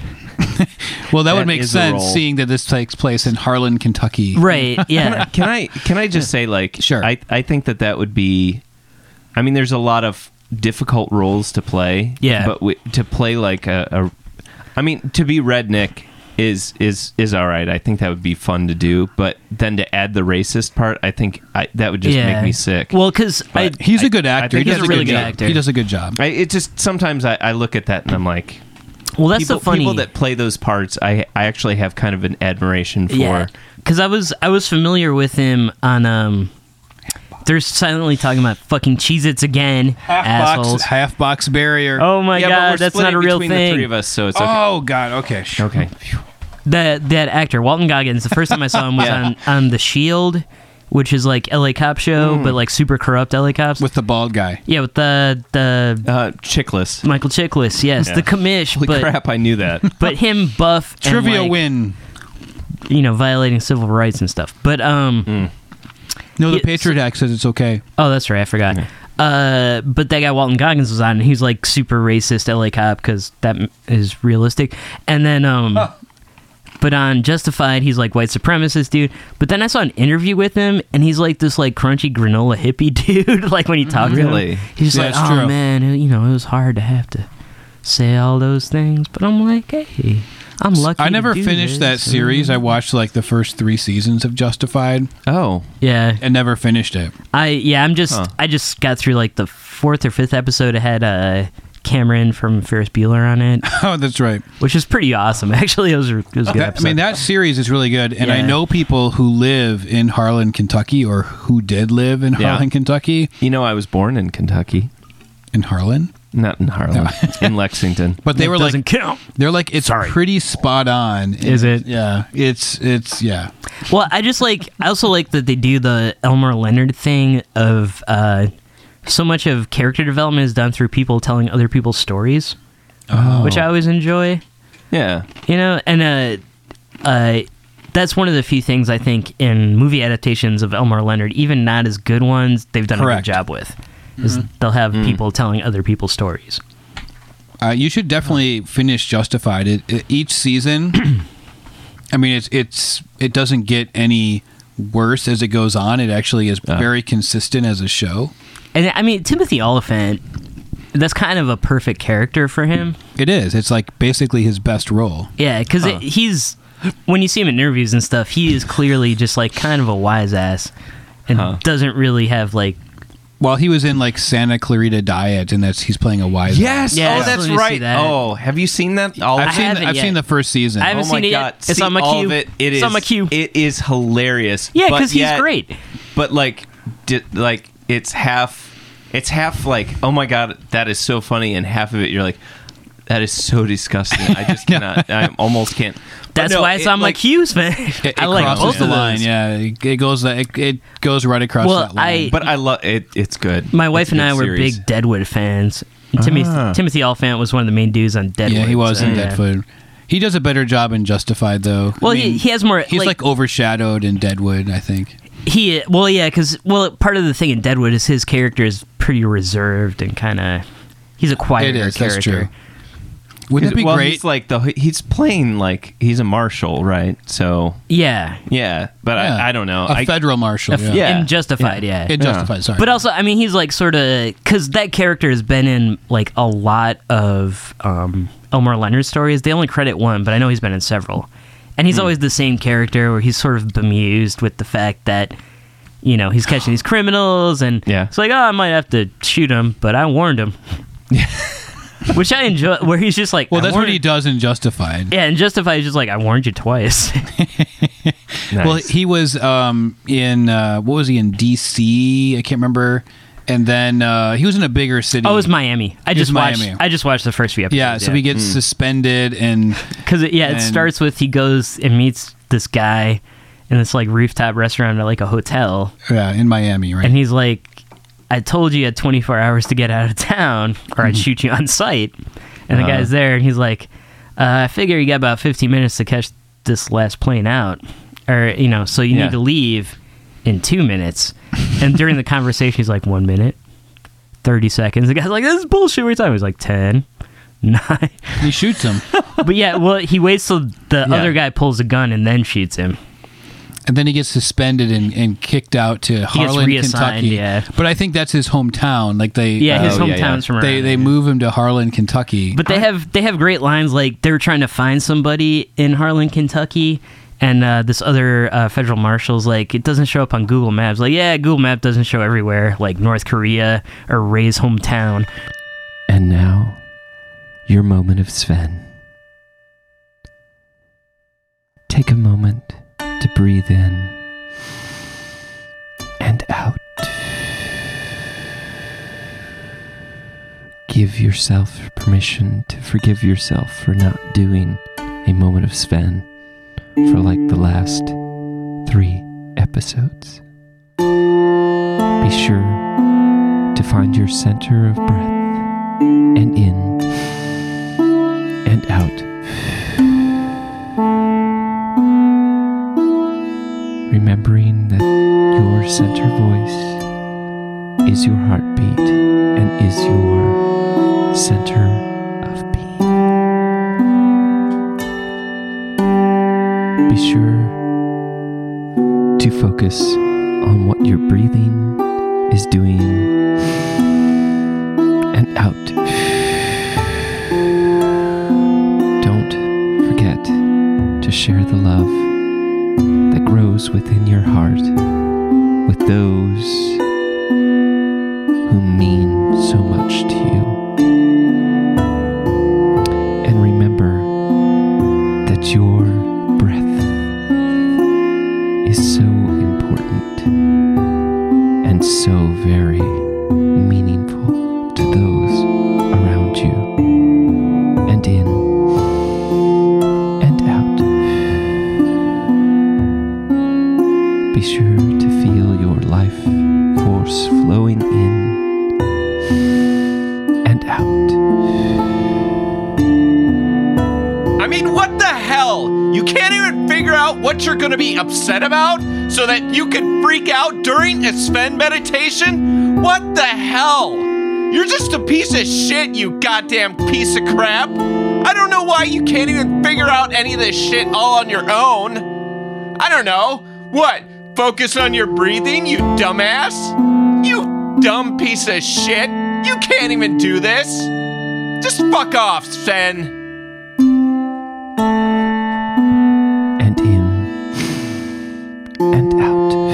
Speaker 4: well, that,
Speaker 3: That
Speaker 4: would make
Speaker 3: is a
Speaker 4: sense,
Speaker 3: role.
Speaker 4: seeing that this takes place in Harlan, Kentucky.
Speaker 1: Right.
Speaker 3: Can I-
Speaker 1: Yeah.
Speaker 3: can I can I just say like
Speaker 4: Sure.
Speaker 3: I I think that that would be, I mean, there's a lot of difficult roles to play.
Speaker 1: Yeah.
Speaker 3: but we, to play like a, a, I mean, to be redneck is is is all right. I think that would be fun to do. But then to add the racist part, I think I, that would just
Speaker 1: yeah.
Speaker 3: make me sick.
Speaker 1: Well, because I
Speaker 3: But-
Speaker 4: He's a good
Speaker 3: I- I
Speaker 4: actor.
Speaker 3: think
Speaker 4: he
Speaker 1: he's a
Speaker 4: does a
Speaker 1: really
Speaker 4: good,
Speaker 1: good
Speaker 4: job.
Speaker 1: actor.
Speaker 4: He does a good job.
Speaker 3: I, it just sometimes I, I look at that and I'm like,
Speaker 1: well that's
Speaker 3: people,
Speaker 1: the funny
Speaker 3: people that play those parts, I I actually have kind of an admiration for.
Speaker 1: yeah because I was I was familiar with him on um. They're silently talking about fucking Cheez-Its again,
Speaker 4: Half
Speaker 1: assholes.
Speaker 4: box, half box barrier.
Speaker 1: Oh my
Speaker 3: yeah, but we're
Speaker 1: god, that's not
Speaker 3: splitting
Speaker 1: a real
Speaker 3: between The three
Speaker 1: thing.
Speaker 3: of us, so it's okay.
Speaker 4: Oh, God. Okay. Sure.
Speaker 3: okay.
Speaker 1: That that actor Walton Goggins. The first time I saw him was
Speaker 3: Yeah.
Speaker 1: on on The Shield, which is like LA cop show,
Speaker 3: Mm.
Speaker 1: but like super corrupt LA cops.
Speaker 4: With the bald guy.
Speaker 1: yeah, with the the
Speaker 3: Uh, chickless.
Speaker 1: Michael Chiklis. Yes,
Speaker 3: Yeah.
Speaker 1: the commish,
Speaker 3: Holy
Speaker 1: but
Speaker 3: crap! I knew that.
Speaker 1: but him buff and,
Speaker 4: Trivia
Speaker 1: like,
Speaker 4: win.
Speaker 1: you know violating civil rights and stuff. But um.
Speaker 4: No, the
Speaker 1: it's-
Speaker 4: Patriot Act says it's okay.
Speaker 1: Oh, that's right. I forgot. Uh, but that guy Walton Goggins was on, and he's like super racist LA cop because that m- is realistic. And then, um, but on Justified, he's like white supremacist dude. But then I saw an interview with him, and he's like this like crunchy granola hippie dude. like when he talks, to
Speaker 3: Really?
Speaker 1: him, he's just
Speaker 4: Yeah,
Speaker 1: like,
Speaker 4: it's
Speaker 1: oh
Speaker 4: true.
Speaker 1: man, it- you know, it was hard to have to say all those things. But I'm like, hey, I'm lucky.
Speaker 4: I
Speaker 1: to
Speaker 4: never
Speaker 1: do
Speaker 4: finished that
Speaker 1: this."
Speaker 4: series. I watched like the first three seasons of Justified
Speaker 3: Oh,
Speaker 1: Yeah,
Speaker 4: and never finished it.
Speaker 1: I yeah, I'm just
Speaker 3: Huh.
Speaker 1: I just got through like the fourth or fifth episode. It had uh, Cameron from Ferris Bueller on it,
Speaker 4: Oh, that's right.
Speaker 1: which is pretty awesome. Actually, it was, a- it was a good
Speaker 4: That- I
Speaker 1: episode.
Speaker 4: mean, that series is really good. And I
Speaker 1: Yeah.
Speaker 4: know people who live in Harlan, Kentucky, or who did live in
Speaker 3: Yeah.
Speaker 4: Harlan, Kentucky.
Speaker 3: you know, I was born in Kentucky,
Speaker 4: In Harlan?
Speaker 3: not in Harlem, in Lexington.
Speaker 4: But they were like,
Speaker 1: doesn't count.
Speaker 4: they're like, it's pretty spot on.
Speaker 1: Is it?
Speaker 4: Yeah. It's, it's, yeah.
Speaker 1: Well, I just like I also like that they do the Elmer Leonard thing of uh, so much of character development is done through people telling other people's stories,
Speaker 4: Oh.
Speaker 1: which I always enjoy.
Speaker 3: Yeah,
Speaker 1: You know, and uh, uh, that's one of the few things I think in movie adaptations of Elmer Leonard, even not as good ones, they've done
Speaker 4: Correct.
Speaker 1: a good job with. Is they'll have people telling other people's stories.
Speaker 4: Uh, you should definitely finish Justified. It, it- each season, I mean, it's it's it doesn't get any worse as it goes on. It actually is very consistent as a show.
Speaker 1: And I mean, Timothy Oliphant, that's kind of a perfect character for him.
Speaker 4: It is. It's like basically his best role.
Speaker 1: Yeah, because he's when you see him in interviews and stuff, he is clearly just like kind of a wise ass and
Speaker 3: Huh.
Speaker 1: doesn't really have like
Speaker 4: Well, he was in like Santa Clarita Diet, and that's he's playing a wise.
Speaker 3: yes.
Speaker 1: Yeah, I
Speaker 3: oh,
Speaker 1: just
Speaker 3: that's
Speaker 1: wanted to see
Speaker 3: right.
Speaker 1: that.
Speaker 3: Oh, have you seen that? All
Speaker 4: I've
Speaker 1: I
Speaker 4: seen
Speaker 1: haven't
Speaker 4: I've
Speaker 1: yet.
Speaker 4: seen the first season.
Speaker 1: I haven't
Speaker 3: oh my
Speaker 1: seen it yet.
Speaker 3: god!
Speaker 1: It's
Speaker 3: See
Speaker 1: on my
Speaker 3: all
Speaker 1: queue.
Speaker 3: of it. It
Speaker 1: It's
Speaker 3: is-
Speaker 1: on my queue.
Speaker 3: It is hilarious.
Speaker 1: yeah,
Speaker 3: but
Speaker 1: because he's
Speaker 3: yet-
Speaker 1: great.
Speaker 3: But like, di- like it's half. It's half like, oh my god, that is so funny, and half of it you're like, that is so disgusting. I just cannot. I almost can't. But
Speaker 1: That's
Speaker 3: no,
Speaker 1: why it's
Speaker 3: it,
Speaker 1: on my
Speaker 3: like,
Speaker 1: cues, man.
Speaker 4: It, it
Speaker 1: I like
Speaker 4: crosses
Speaker 1: both
Speaker 4: the
Speaker 1: of
Speaker 4: line.
Speaker 1: those.
Speaker 4: Yeah, it, it goes that it, it goes right across
Speaker 1: Well,
Speaker 4: that line.
Speaker 1: I-
Speaker 3: But I love it. It's good.
Speaker 1: My wife
Speaker 3: It's a
Speaker 1: and
Speaker 3: good
Speaker 1: I were
Speaker 3: series.
Speaker 1: big Deadwood fans. Timothy Timothy Oliphant was one of the main dudes on Deadwood.
Speaker 4: yeah, he was
Speaker 1: so,
Speaker 4: in
Speaker 1: uh, yeah.
Speaker 4: Deadwood. He does a better job in Justified, though.
Speaker 1: Well,
Speaker 4: I
Speaker 1: he,
Speaker 4: mean,
Speaker 1: he has more.
Speaker 4: he's
Speaker 1: like,
Speaker 4: like overshadowed in Deadwood, I think.
Speaker 1: he. Well, yeah, because well, part of the thing in Deadwood is his character is pretty reserved and kind of. He's a quieter
Speaker 4: It is.
Speaker 1: character.
Speaker 4: That's true. Wouldn't it be
Speaker 3: well,
Speaker 4: great?
Speaker 3: He's like the he's playing like he's a marshal, right? So
Speaker 1: Yeah,
Speaker 3: yeah, but
Speaker 4: Yeah.
Speaker 3: I, I don't know.
Speaker 4: A
Speaker 3: I-
Speaker 4: federal marshal. yeah.
Speaker 3: yeah.
Speaker 1: and justified. Yeah.
Speaker 4: It justifies. Sorry.
Speaker 1: but uh, also, I mean, he's like sort of because that character has been in like a lot of um, Elmer Leonard stories. They only credit one, but I know he's been in several, and
Speaker 4: Hmm.
Speaker 1: he's always the same character where he's sort of bemused with the fact that you know he's catching these criminals, and
Speaker 3: Yeah.
Speaker 1: it's like, oh, I might have to shoot him, but I warned him, which I enjoy. Where he's just like,
Speaker 4: well,
Speaker 1: "I
Speaker 4: that's what
Speaker 1: warned-"
Speaker 4: he does in Justified.
Speaker 1: Yeah, and Justified is just like, I warned you twice.
Speaker 3: nice.
Speaker 4: Well, he was um, in uh, what was he in DC? I can't remember. And then uh, he was in a bigger city.
Speaker 1: oh, it was Miami. I
Speaker 4: It was
Speaker 1: just watched.
Speaker 4: Miami.
Speaker 1: I just watched the first few episodes.
Speaker 4: yeah. So he
Speaker 1: Hmm.
Speaker 4: gets suspended, and
Speaker 1: Because yeah, it
Speaker 4: And-
Speaker 1: starts with he goes and meets this guy, in this like rooftop restaurant at like a hotel,
Speaker 4: Yeah, in Miami, right?
Speaker 1: and he's like, "I told you you had 24 hours to get out of town, or I'd shoot you on sight." And the guy's there, and he's like, uh, "I figure you got about 15 minutes to catch this last plane out, or you know, so you
Speaker 3: Yeah.
Speaker 1: need to leave in two minutes." and during the conversation, he's like, "One minute, 30 seconds." The guy's like, "This is bullshit. What are you talking?" about?" He's like, "10." Nine.
Speaker 4: he shoots him,
Speaker 1: But yeah, well, he waits till the
Speaker 3: Yeah.
Speaker 1: other guy pulls a gun and then shoots him.
Speaker 4: and then he gets suspended and, and kicked out to Harlan,
Speaker 1: reassigned,
Speaker 4: Kentucky.
Speaker 1: yeah.
Speaker 4: but I think that's his hometown. Like they,
Speaker 1: Yeah,
Speaker 4: uh,
Speaker 1: his
Speaker 3: Oh,
Speaker 1: hometown's
Speaker 3: yeah, yeah.
Speaker 1: from around.
Speaker 4: they they move him to Harlan, Kentucky.
Speaker 1: But they have they have great lines like they're trying to find somebody in Harlan, Kentucky, and uh, this other uh, federal marshal's like it doesn't show up on Google Maps. Like yeah, Google Map doesn't show everywhere, like North Korea or Ray's hometown.
Speaker 5: And now, your moment of Sven. Take a moment to breathe in and out. Give yourself permission to forgive yourself for not doing a moment of Sven for like the last three episodes. Be sure to find your center of breath and in and out. Remembering that your center voice is your heartbeat and is your center of being. Be sure to focus on what your breathing is doing and out. Don't forget to share the love that grows within your heart with those who mean so much to you. And remember that your breath is so important and so very meaningful to those around you and in and out. Be sure to feel your life force flowing in and out.
Speaker 6: I mean, what the hell? You can't even figure out what you're gonna be upset about so that you can freak out during a Sven meditation? What the hell? You're just a piece of shit, you goddamn piece of crap. I don't know why you can't even figure out any of this shit all on your own. I don't know. What? Focus on your breathing, you dumbass? You dumb piece of shit. You can't even do this. Just fuck off, Sven.
Speaker 5: And in and out.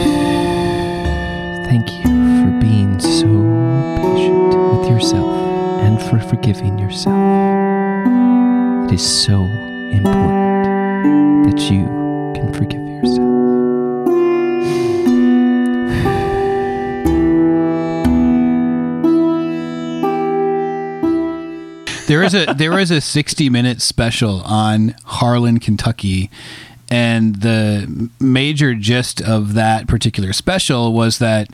Speaker 5: Thank you for being so patient with yourself and for forgiving yourself. It is so important that you can forgive yourself.
Speaker 4: there is a there is a 60 minute special on Harlan, Kentucky, and the major gist of that particular special was that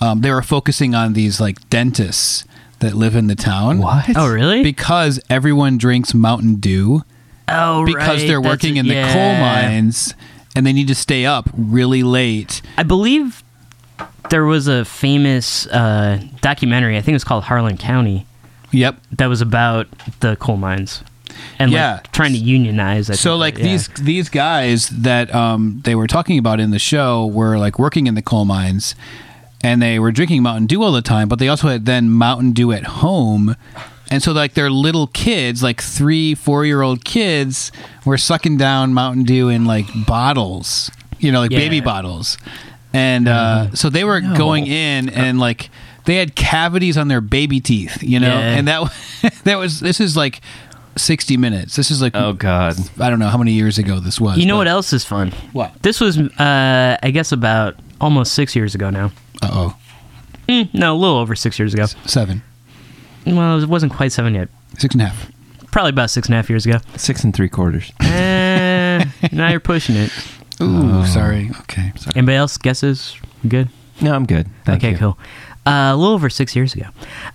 Speaker 4: um, they were focusing on these like dentists that live in the town.
Speaker 5: What?
Speaker 1: Oh really?
Speaker 4: Because everyone drinks Mountain Dew
Speaker 1: oh,
Speaker 4: because
Speaker 1: right,
Speaker 4: they're
Speaker 1: that's
Speaker 4: working
Speaker 1: it,
Speaker 4: in the
Speaker 1: yeah.
Speaker 4: coal mines and they need to stay up really late.
Speaker 1: I believe there was a famous uh, documentary. I think it was called Harlan County
Speaker 4: Yep.
Speaker 1: that was about the coal mines and
Speaker 4: Yeah.
Speaker 1: like trying to unionize. I
Speaker 4: So
Speaker 1: think,
Speaker 4: like
Speaker 1: yeah.
Speaker 4: these these guys that um, they were talking about in the show were like working in the coal mines, and they were drinking Mountain Dew all the time. But they also had then Mountain Dew at home, and so like their little kids, like three four year old kids, were sucking down Mountain Dew in like bottles, you know, like
Speaker 1: Yeah. Mm-hmm.
Speaker 4: baby bottles, and uh, so they were going in and like they had cavities on their baby teeth, you know,
Speaker 1: Yeah.
Speaker 4: and that that was this is like. 60 minutes. This is like
Speaker 3: Oh God.
Speaker 4: I don't know how many years ago this was.
Speaker 1: You know what
Speaker 4: but-
Speaker 1: else is fun?
Speaker 4: What?
Speaker 1: This was, uh, I guess, about almost six years ago now.
Speaker 4: Uh-oh.
Speaker 1: Mm, no, a little over six years ago.
Speaker 4: Seven.
Speaker 1: Well, it wasn't quite seven yet.
Speaker 4: Six and a half.
Speaker 1: Probably about six and a half years ago.
Speaker 5: Six and three quarters.
Speaker 1: Eh, now you're pushing it.
Speaker 4: Ooh, sorry. Okay. Oh. Sorry.
Speaker 1: Anybody else guesses? Good.
Speaker 3: No, I'm good. Thank
Speaker 1: okay,
Speaker 3: you.
Speaker 1: cool. Uh, a little over six years ago,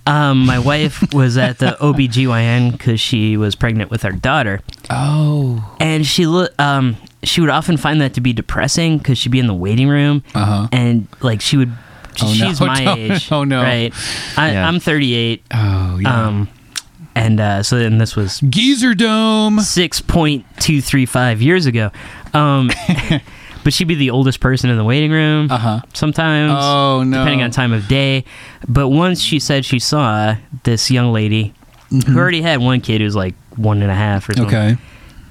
Speaker 1: um, my wife was at the OBGYN because she was pregnant with our daughter.
Speaker 4: Oh.
Speaker 1: and she lo- um she would often find that to be depressing because she'd be in the waiting room
Speaker 4: Uh-huh.
Speaker 1: and like she would
Speaker 4: Oh, no.
Speaker 1: she's my
Speaker 4: Don't-
Speaker 1: age
Speaker 4: oh, no.
Speaker 1: right I,
Speaker 3: Yeah.
Speaker 1: i'm 38
Speaker 4: Oh, yeah.
Speaker 1: um and uh so then this was
Speaker 4: Geezer Dome.
Speaker 1: 6.235 years ago um but she'd be the oldest person in the waiting room
Speaker 4: Uh-huh.
Speaker 1: sometimes
Speaker 4: Oh, no.
Speaker 1: depending on time of day but once she said she saw this young lady who already had one kid who's like one and a half or something
Speaker 4: Mm-hmm. Okay.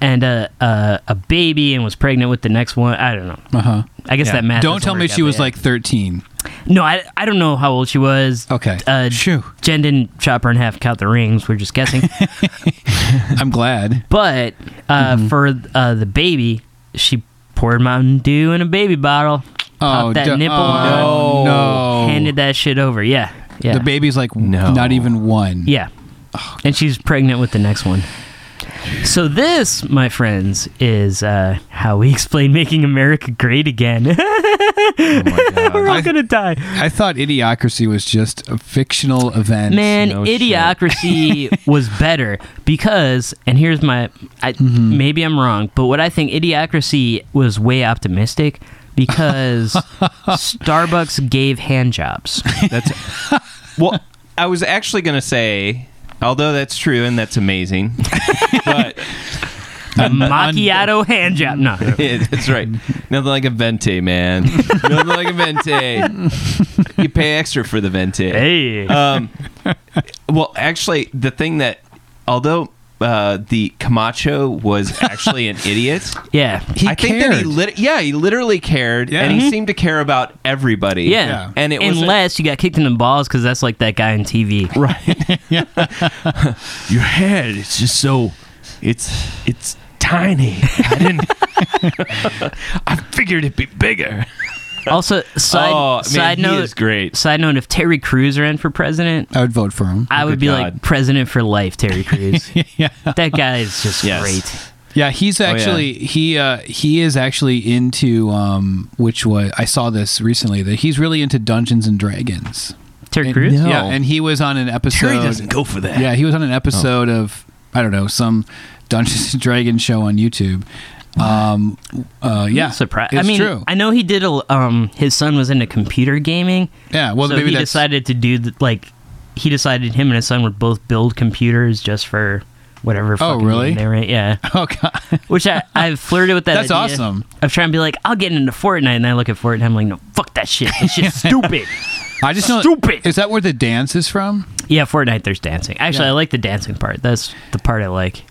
Speaker 1: and a, a a baby and was pregnant with the next one. I don't know.
Speaker 4: Uh huh.
Speaker 1: I guess that math.
Speaker 4: Don't
Speaker 1: doesn't
Speaker 4: tell me
Speaker 1: work out,
Speaker 4: she was
Speaker 1: but yeah.
Speaker 4: like 13.
Speaker 1: No, I, I don't know how old she was.
Speaker 4: Okay.
Speaker 1: Uh,
Speaker 4: Shoo.
Speaker 1: Jen didn't chop her in half, count the rings. We're just guessing.
Speaker 4: I'm glad.
Speaker 1: but uh,
Speaker 4: Mm-hmm.
Speaker 1: for uh, the baby, she poured Mountain Dew in a baby bottle.
Speaker 4: Oh,
Speaker 1: popped that
Speaker 4: duh-
Speaker 1: nipple
Speaker 4: oh,
Speaker 1: on.
Speaker 4: no.
Speaker 1: Handed that shit over. Yeah. Yeah.
Speaker 4: The baby's like
Speaker 3: No.
Speaker 4: not even one.
Speaker 1: Yeah. and she's pregnant with the next one. So this, my friends, is uh, how we explain making America great again.
Speaker 3: Oh
Speaker 1: We're all
Speaker 4: I-
Speaker 1: gonna die.
Speaker 4: I thought Idiocracy was just a fictional event.
Speaker 1: Man,
Speaker 3: no shit.
Speaker 1: idiocracy was better because, and here's my, I,
Speaker 3: Mm-hmm.
Speaker 1: maybe I'm wrong, but what I think idiocracy was way optimistic because Starbucks gave hand jobs.
Speaker 3: That's well. I was actually going to say, although that's true and that's amazing, but
Speaker 1: Macchiato hand job. No.
Speaker 3: yeah, that's right. Nothing like a venti, man. Nothing like a venti. You pay extra for the venti.
Speaker 1: Hey.
Speaker 3: Um, well, actually, the thing that, although uh, the Camacho was actually an idiot,
Speaker 1: yeah.
Speaker 4: He
Speaker 3: I think that he
Speaker 4: cared.
Speaker 3: lit- yeah, he literally cared,
Speaker 4: Yeah.
Speaker 3: and he seemed to care about everybody.
Speaker 1: Yeah.
Speaker 4: Yeah.
Speaker 3: and it was
Speaker 1: Unless you got kicked in the balls because that's like that guy on TV.
Speaker 3: your head. It's just so, it's it's tiny. I didn't. I figured it'd be bigger.
Speaker 1: Also, side,
Speaker 3: oh man,
Speaker 1: side
Speaker 3: he
Speaker 1: note.
Speaker 3: is great.
Speaker 1: Side note: If Terry Crews ran for president,
Speaker 4: I would vote for him.
Speaker 1: I would
Speaker 3: Oh, Good
Speaker 1: be
Speaker 3: God.
Speaker 1: like president for life. Terry Crews.
Speaker 4: yeah.
Speaker 1: that guy is just
Speaker 3: Yes.
Speaker 1: great.
Speaker 4: Yeah,
Speaker 1: Oh,
Speaker 4: he's
Speaker 3: yeah.
Speaker 4: actually he uh he is actually into um which was I saw this recently that he's really into Dungeons and Dragons.
Speaker 1: Terry
Speaker 4: And-
Speaker 1: Crews.
Speaker 4: Yeah, and he was on an episode
Speaker 3: go for that.
Speaker 4: Yeah, he was on an episode
Speaker 1: Oh.
Speaker 4: of I don't know some Dungeons and Dragons show on YouTube. Um, uh, yeah,
Speaker 1: Surprise!
Speaker 4: It's
Speaker 1: I mean,
Speaker 4: true.
Speaker 1: I know he did. A, um, his son was into computer gaming,
Speaker 4: yeah, well,
Speaker 1: so
Speaker 4: maybe
Speaker 1: he
Speaker 4: that's
Speaker 1: decided to do the, like he decided him and his son would both build computers just for whatever.
Speaker 3: Oh,
Speaker 1: fucking game
Speaker 4: really?
Speaker 1: They were, in. yeah.
Speaker 4: Oh god,
Speaker 1: Which I I've flirted with that.
Speaker 4: That's
Speaker 1: idea
Speaker 4: awesome.
Speaker 1: Of trying to be like, I'll get into Fortnite, and I look at Fortnite, I'm like, no, fuck that shit. That shit's stupid.
Speaker 4: I just know.
Speaker 1: Stupid.
Speaker 4: Is that where the dance is from?
Speaker 1: Yeah, Fortnite. There's dancing. Actually,
Speaker 4: Yeah.
Speaker 1: I like the dancing part. That's the part I like.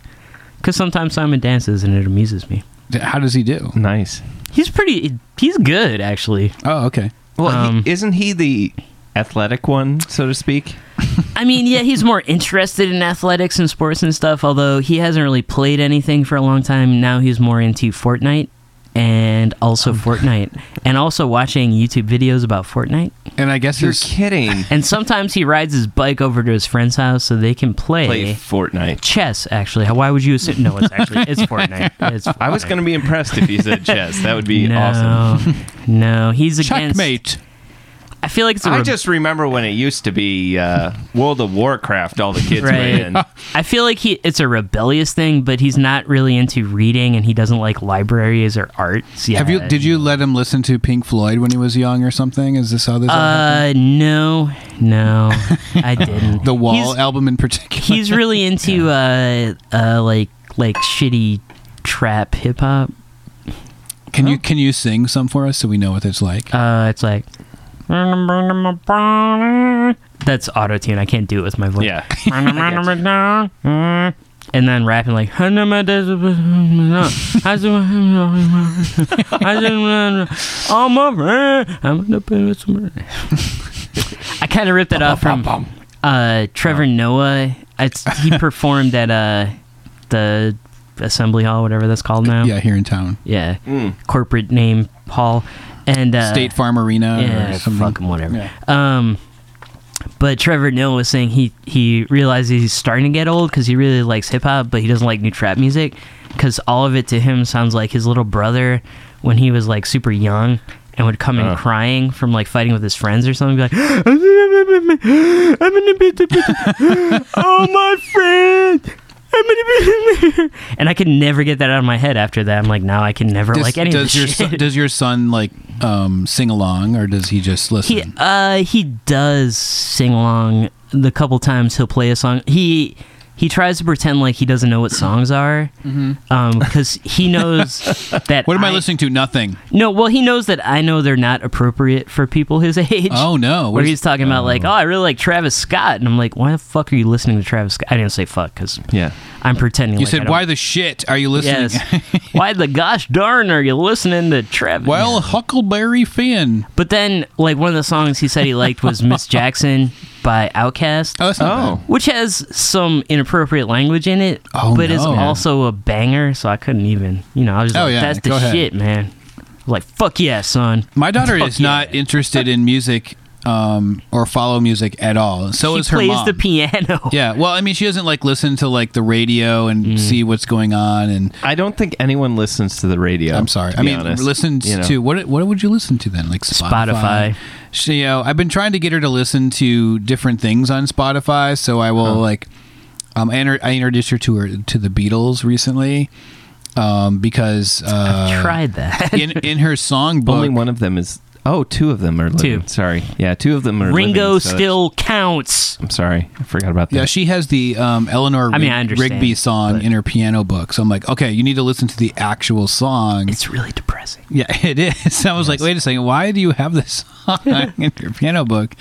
Speaker 1: Because sometimes Simon dances and it amuses me.
Speaker 4: D- How does he do?
Speaker 3: nice.
Speaker 1: He's pretty. He's good, actually.
Speaker 4: Oh, okay.
Speaker 3: Well,
Speaker 1: Um,
Speaker 3: he, isn't he the athletic one, so to speak?
Speaker 1: I mean, yeah, he's more interested in athletics and sports and stuff. Although he hasn't really played anything for a long time. Now he's more into Fortnite and also Fortnite, and also watching YouTube videos about Fortnite.
Speaker 4: And I guess
Speaker 3: You're
Speaker 4: his-
Speaker 3: kidding.
Speaker 1: And sometimes he rides his bike over to his friend's house so they can play.
Speaker 3: Play Fortnite.
Speaker 1: Chess, actually. Why would you assume? No, it's actually it's Fortnite. It's
Speaker 3: I was
Speaker 1: Fortnite.
Speaker 3: going to be impressed if you said chess. That would be
Speaker 1: no,
Speaker 3: awesome.
Speaker 1: no, he's against.
Speaker 4: checkmate.
Speaker 1: I feel like it's a
Speaker 3: I
Speaker 1: re-
Speaker 3: just remember when it used to be uh, World of Warcraft. All the kids
Speaker 1: Right.
Speaker 3: were in.
Speaker 1: I feel like he it's a rebellious thing, but he's not really into reading and he doesn't like libraries or arts. Yeah.
Speaker 4: Have you? Did you let him listen to Pink Floyd when he was young or something? Is this how this? all happened?
Speaker 1: Uh no, no, I didn't.
Speaker 4: the Wall
Speaker 1: He's,
Speaker 4: album in particular.
Speaker 1: he's really into uh uh like like shitty trap hip hop.
Speaker 4: Can you can you sing some for us so we know what it's like?
Speaker 1: Uh, it's like. That's auto tune. I can't do it with my voice.
Speaker 3: Yeah.
Speaker 1: And then rapping like. I kind of ripped it off from uh, Trevor Noah. It's, he performed at uh, the Assembly Hall, whatever that's called now.
Speaker 4: yeah, Mm. here in town,
Speaker 1: Yeah. Corporate name Hall. And uh,
Speaker 4: State Farm Arena.
Speaker 1: yeah,
Speaker 4: or something.
Speaker 1: fuck him, whatever. Um, but Trevor Noah was saying he he realizes he's starting to get old because he really likes hip hop, but he doesn't like new trap music because all of it to him sounds like his little brother when he was like super young and would come in
Speaker 4: Uh.
Speaker 1: crying from like fighting with his friends or something. Be like, I'm gonna be the all my friends. I'm gonna be and I could never get that out of my head after that. I'm like, now I can never
Speaker 4: Does,
Speaker 1: like any
Speaker 4: does
Speaker 1: of
Speaker 4: your
Speaker 1: this
Speaker 4: son,
Speaker 1: shit.
Speaker 4: does your son like um, sing along or does he just listen?
Speaker 1: He uh he does sing along the couple times he'll play a song. He he tries to pretend like he doesn't know what songs are, um, because he knows that.
Speaker 4: Mm-hmm. what am I, listening to? Nothing.
Speaker 1: No, well, he knows that I know they're not appropriate for people his age.
Speaker 4: Oh no!
Speaker 1: where
Speaker 4: What is-
Speaker 1: he's talking about like, oh, I really like Travis Scott, and I'm like, why the fuck are you listening to Travis Scott? I didn't say fuck because
Speaker 3: Yeah.
Speaker 1: I'm pretending.
Speaker 4: you
Speaker 1: like I
Speaker 4: said
Speaker 1: don't-
Speaker 4: why the shit are you listening?
Speaker 1: Yes. why the gosh darn are you listening to Travis?
Speaker 4: well, Huckleberry Finn.
Speaker 1: But then, like one of the songs he said he liked was Miss Jackson by Outkast,
Speaker 4: Oh, that's not
Speaker 3: Oh.
Speaker 4: bad.
Speaker 1: which has some inappropriate language in it,
Speaker 4: Oh,
Speaker 1: but is
Speaker 4: no.
Speaker 1: also a banger. So I couldn't even, you know, I was just
Speaker 4: Oh,
Speaker 1: like,
Speaker 4: yeah,
Speaker 1: "That's the
Speaker 4: go ahead.
Speaker 1: shit, man." Like fuck yeah, son.
Speaker 4: My daughter is
Speaker 1: Fuck yeah.
Speaker 4: not interested in music um, or follow music at all. So
Speaker 1: she
Speaker 4: is her
Speaker 1: plays
Speaker 4: mom.
Speaker 1: the piano.
Speaker 4: yeah, well, I mean, she doesn't like listen to like the radio and see what's going on. And
Speaker 3: I don't think anyone listens to the radio.
Speaker 4: I'm sorry,
Speaker 3: to
Speaker 4: I
Speaker 3: be
Speaker 4: mean,
Speaker 3: honest,
Speaker 4: listen
Speaker 3: you know.
Speaker 4: to what? What would you listen to then? Like Spotify.
Speaker 1: Spotify.
Speaker 4: She, you know, I've been trying to get her to listen to different things on Spotify. So I will like, um, I, inter- I introduced her to her to the Beatles recently, um, because uh,
Speaker 1: Tried that.
Speaker 4: in in her songbook.
Speaker 3: Only one of them is. Oh, two of them are living.
Speaker 1: Two.
Speaker 3: Sorry. Yeah, two of them are
Speaker 1: Ringo
Speaker 3: living, so that's-
Speaker 1: still counts.
Speaker 3: I'm sorry. I forgot about that.
Speaker 4: Yeah, she has the um, Eleanor
Speaker 1: I mean,
Speaker 4: Rig-
Speaker 1: I understand,
Speaker 4: Rigby song
Speaker 1: but-
Speaker 4: in her piano book. So I'm like, okay, you need to listen to the actual song.
Speaker 1: It's really depressing.
Speaker 4: yeah, it is. I was like, wait a second, why do you have this song in your piano book?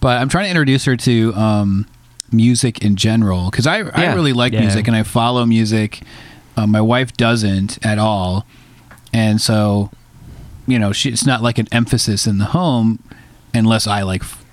Speaker 4: But I'm trying to introduce her to um, music in general because I, I
Speaker 3: Yeah.
Speaker 4: really like
Speaker 1: Yeah.
Speaker 4: music and I follow music. Uh, my wife doesn't at all, and so you know, she, it's not like an emphasis in the home unless I like f-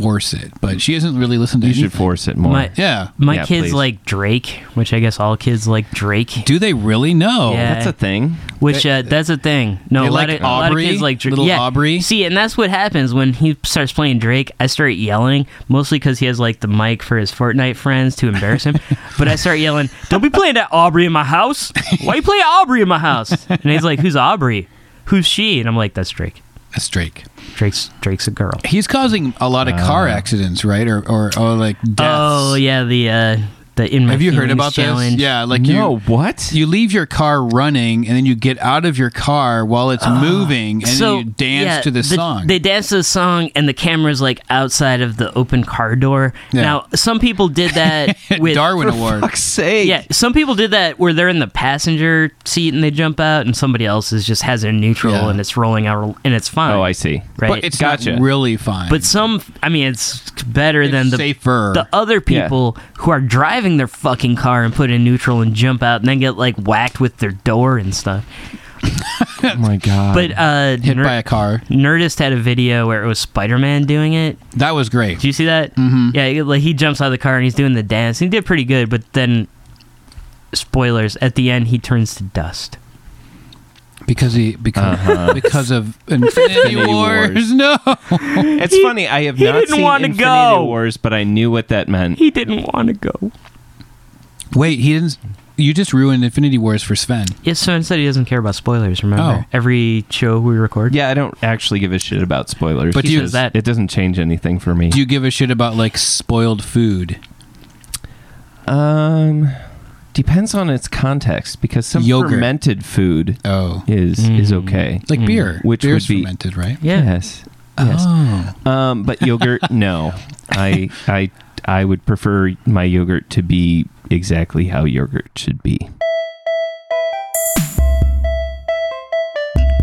Speaker 4: force it. But she hasn't really listened to.
Speaker 3: you should
Speaker 4: anything.
Speaker 3: force it more.
Speaker 1: My-
Speaker 4: Yeah.
Speaker 1: My
Speaker 3: Yeah,
Speaker 1: kids
Speaker 3: please.
Speaker 1: like Drake, which I guess all kids like Drake.
Speaker 4: Do they really know?
Speaker 1: Yeah.
Speaker 3: That's a thing.
Speaker 1: Which uh, that's the thing. No,
Speaker 4: They
Speaker 1: a lot,
Speaker 4: Eh, like
Speaker 1: of, a lot of
Speaker 4: Aubrey?
Speaker 1: kids like Drake.
Speaker 4: Little
Speaker 1: yeah.
Speaker 4: Aubrey?
Speaker 1: See, and that's what happens when he starts playing Drake. I start yelling mostly because he has like the mic for his Fortnite friends to embarrass him. but I start yelling, "Don't be playing that Aubrey in my house! Why you play Aubrey in my house?" And he's like, "Who's Aubrey? Who's she?" And I'm like, "That's Drake.
Speaker 4: That's Drake.
Speaker 1: Drake's Drake's a girl."
Speaker 4: He's causing a lot of car accidents, right? Or or, or like deaths.
Speaker 1: Oh yeah, the uh, the in my
Speaker 4: Have you heard
Speaker 1: Feelings
Speaker 4: about
Speaker 1: challenge.
Speaker 4: this? Yeah, like
Speaker 3: no,
Speaker 4: you
Speaker 3: what?
Speaker 4: you leave your car running and then you get out of your car while it's moving and then you dance
Speaker 1: yeah,
Speaker 4: to this
Speaker 1: the-
Speaker 4: song.
Speaker 1: They dance to the song, and the camera's like outside of the open car door.
Speaker 4: Yeah.
Speaker 1: Now, some people did that with
Speaker 4: Darwin Award.
Speaker 3: Fuck's sake.
Speaker 1: Yeah, some people did that where they're in the passenger seat and they jump out, and somebody else is just has it in neutral
Speaker 4: Yeah.
Speaker 1: and it's rolling out and it's fine.
Speaker 3: Oh, I see.
Speaker 1: Right,
Speaker 4: But it's
Speaker 3: Gotcha.
Speaker 4: not really fine.
Speaker 1: but some, I mean, it's better
Speaker 4: It's
Speaker 1: than the
Speaker 4: safer.
Speaker 1: the other
Speaker 3: Yeah.
Speaker 1: people who are driving their fucking car and put it in neutral and jump out and then get like whacked with their door and stuff.
Speaker 3: Oh my god.
Speaker 1: But uh,
Speaker 4: hit
Speaker 1: ner-
Speaker 4: by a car.
Speaker 1: Nerdist had a video where it was Spider Man doing it.
Speaker 4: That was great.
Speaker 1: Do you see that? Mm-hmm. Yeah, he- like he jumps out of the car and he's doing the dance. He did pretty good, but then spoilers at the end he turns to dust.
Speaker 4: Because he because because of
Speaker 3: Infinity
Speaker 4: Infinity Wars.
Speaker 3: Wars.
Speaker 4: No.
Speaker 3: it's funny. I have
Speaker 1: he
Speaker 3: not
Speaker 1: didn't
Speaker 3: seen
Speaker 1: wanna
Speaker 3: Infinity
Speaker 1: go.
Speaker 3: Wars, but I knew what that meant.
Speaker 1: He didn't want to go.
Speaker 4: Wait, he didn't you just ruined Infinity Wars for Sven.
Speaker 1: Yeah, Sven said he doesn't care about spoilers. Remember
Speaker 4: Oh.
Speaker 1: every show we record.
Speaker 3: yeah, I don't actually give a shit about spoilers.
Speaker 4: But do you-
Speaker 3: because it doesn't change anything for me.
Speaker 4: Do you give a shit about like spoiled food?
Speaker 3: um, depends on its context because some
Speaker 4: Yogurt.
Speaker 3: fermented food
Speaker 4: Oh.
Speaker 3: is is
Speaker 1: Mm.
Speaker 3: okay.
Speaker 4: Like beer.
Speaker 3: Hmm. Which
Speaker 4: Beer's
Speaker 3: would be-
Speaker 4: fermented, right?
Speaker 1: Yeah.
Speaker 3: Yes. Yes.
Speaker 4: Oh.
Speaker 3: Um, but yogurt, no. I I I would prefer my yogurt to be exactly how yogurt should be.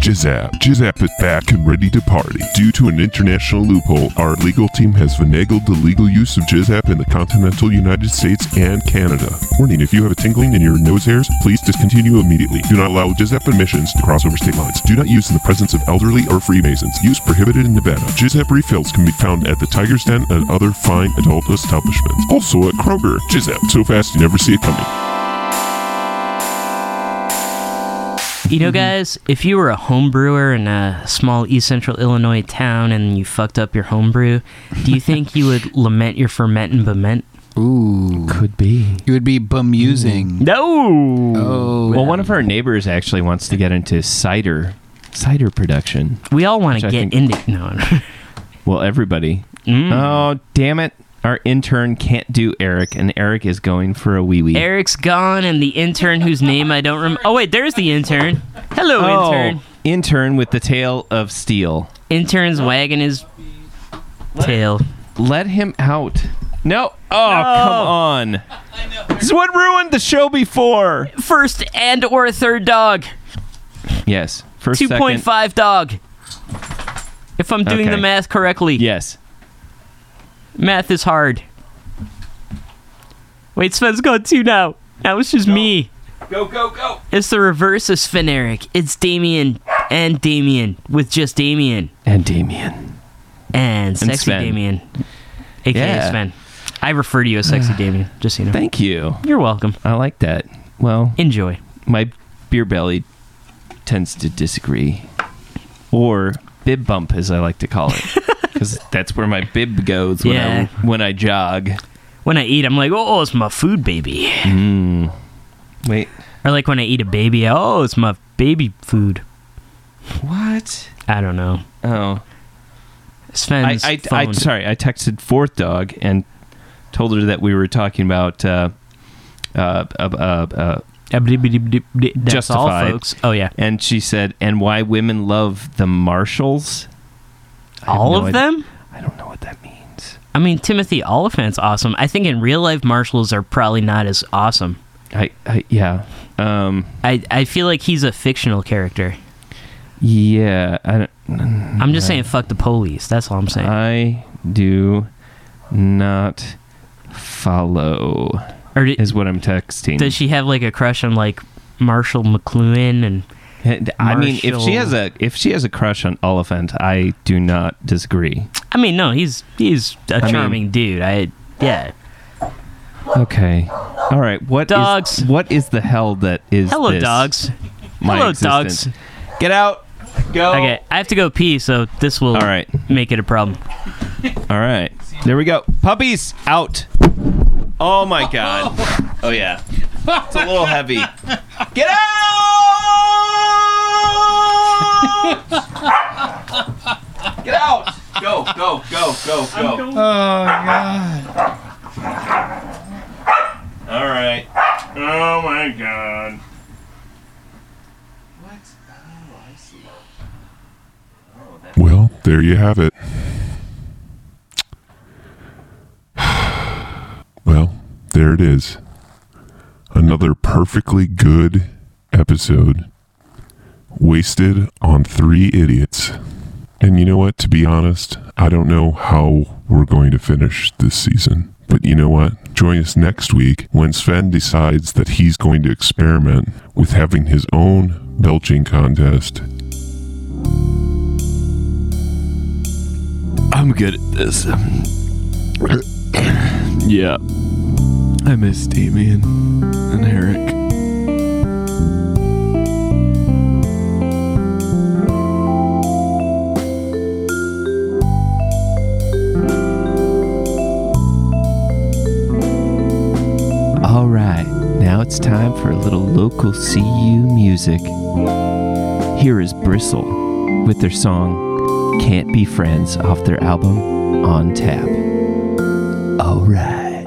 Speaker 2: Jizap. Jizap is back and ready to party. Due to an international loophole, our legal team has finagled the legal use of Jizap in the continental United States and Canada. Warning, if you have a tingling in your nose hairs, please discontinue immediately. Do not allow Jizap admissions to cross over state lines. Do not use in the presence of elderly or Freemasons. Use prohibited in Nevada. Jizap refills can be found at the Tiger's Den and other fine adult establishments. Also at Kroger. Jizap, so fast you never see it coming.
Speaker 1: You
Speaker 3: Mm-hmm.
Speaker 1: know, guys, if you were a home brewer in a small East Central Illinois town and you fucked up your homebrew, do you think you would lament your ferment and bement?
Speaker 4: Ooh.
Speaker 3: Could be.
Speaker 4: It would be bemusing.
Speaker 1: No.
Speaker 4: Oh.
Speaker 3: Well, one of our neighbors actually wants to get into cider cider production.
Speaker 1: We all want
Speaker 3: Which I
Speaker 1: to get
Speaker 3: think-
Speaker 1: into no. no.
Speaker 3: Well, everybody. Oh, damn it. Our intern can't do Eric, and Eric is going for a wee wee.
Speaker 1: Eric's gone, and the intern whose name I don't remember. Oh wait, there's the intern. Hello,
Speaker 3: oh,
Speaker 1: intern.
Speaker 3: intern with the tail of steel.
Speaker 1: Intern's wagging his tail.
Speaker 3: Let him out. No. Oh, come on. This is what ruined the show before.
Speaker 1: First and or third dog.
Speaker 3: Yes. First,
Speaker 1: Two point
Speaker 3: second.
Speaker 1: five dog. If I'm doing
Speaker 3: Okay.
Speaker 1: the math correctly,
Speaker 3: Yes.
Speaker 1: math is hard. Wait, Sven's got two now. Now it's just me.
Speaker 6: Go, go, go.
Speaker 1: It's the reverse of Sven Eric. It's Damien and Damien with just Damien
Speaker 3: And Damien.
Speaker 1: and sexy
Speaker 3: Sven.
Speaker 1: Damien, aka
Speaker 3: Yeah.
Speaker 1: Sven. I refer to you as sexy Damien. Just so you know.
Speaker 3: Thank you.
Speaker 1: You're welcome.
Speaker 3: I like that. Well,
Speaker 1: Enjoy.
Speaker 3: my beer belly tends to disagree, or bib bump, as I like to call it, because that's where my bib goes when
Speaker 1: Yeah.
Speaker 3: I when I jog.
Speaker 1: When I eat, I'm like, oh, it's my food, baby.
Speaker 3: Mm. Wait,
Speaker 1: Or like when I eat a baby, oh, it's my baby food.
Speaker 3: what?
Speaker 1: I don't know.
Speaker 3: Oh, I,
Speaker 1: Sven's
Speaker 3: I,
Speaker 1: phone.
Speaker 3: I sorry. I texted fourth dog and told her that we were talking about uh, uh, uh, uh, uh,
Speaker 1: That's all,
Speaker 3: Justified.
Speaker 1: folks. Oh yeah,
Speaker 3: and she said, and why women love the Marshalls. I have
Speaker 1: all
Speaker 3: no
Speaker 1: of
Speaker 3: idea-
Speaker 1: them.
Speaker 3: I don't know what that means.
Speaker 1: I mean, Timothy Oliphant's awesome. I think in real life, marshals are probably not as awesome.
Speaker 3: I, I yeah. Um,
Speaker 1: I, I feel like he's a fictional character.
Speaker 3: yeah. I don't.
Speaker 1: I'm just saying, fuck the police. That's all I'm saying.
Speaker 3: I do not follow
Speaker 1: or d-
Speaker 3: is what I'm texting.
Speaker 1: does she have like a crush on like Marshall McLuhan? And
Speaker 3: And I mean, if she
Speaker 1: Marshall-
Speaker 3: has a if she has a crush on Oliphant, I do not disagree.
Speaker 1: I mean, no, he's he's a
Speaker 3: mean-
Speaker 1: charming dude. I yeah.
Speaker 3: Okay. All right. What is-
Speaker 1: Dogs.
Speaker 3: what is the hell that is?
Speaker 1: Hello,
Speaker 3: this?
Speaker 1: dogs.
Speaker 3: My
Speaker 1: Hello,
Speaker 3: existence.
Speaker 1: dogs.
Speaker 3: Get out. Go.
Speaker 1: Okay, I have to go pee, so this will
Speaker 3: All right.
Speaker 1: make it a problem.
Speaker 3: All right. There we go. Puppies out. Oh my god. Oh yeah. It's a little heavy. Get out! Get out! Go, go, go, go, go.
Speaker 4: Oh god.
Speaker 3: All right. Oh my god.
Speaker 2: Well, there you have it. Well, there it is. Another perfectly good episode wasted on three idiots. And you know what? To be honest, I don't know how we're going to finish this season. But you know what? Join us next week when Sven decides that he's going to experiment with having his own belching contest
Speaker 7: I'm good at this. yeah. I miss Damien and Eric.
Speaker 3: All right. Now it's time for a little local CU music. Here is Bristle with their song Can't Be Friends off their album On Tap. All right.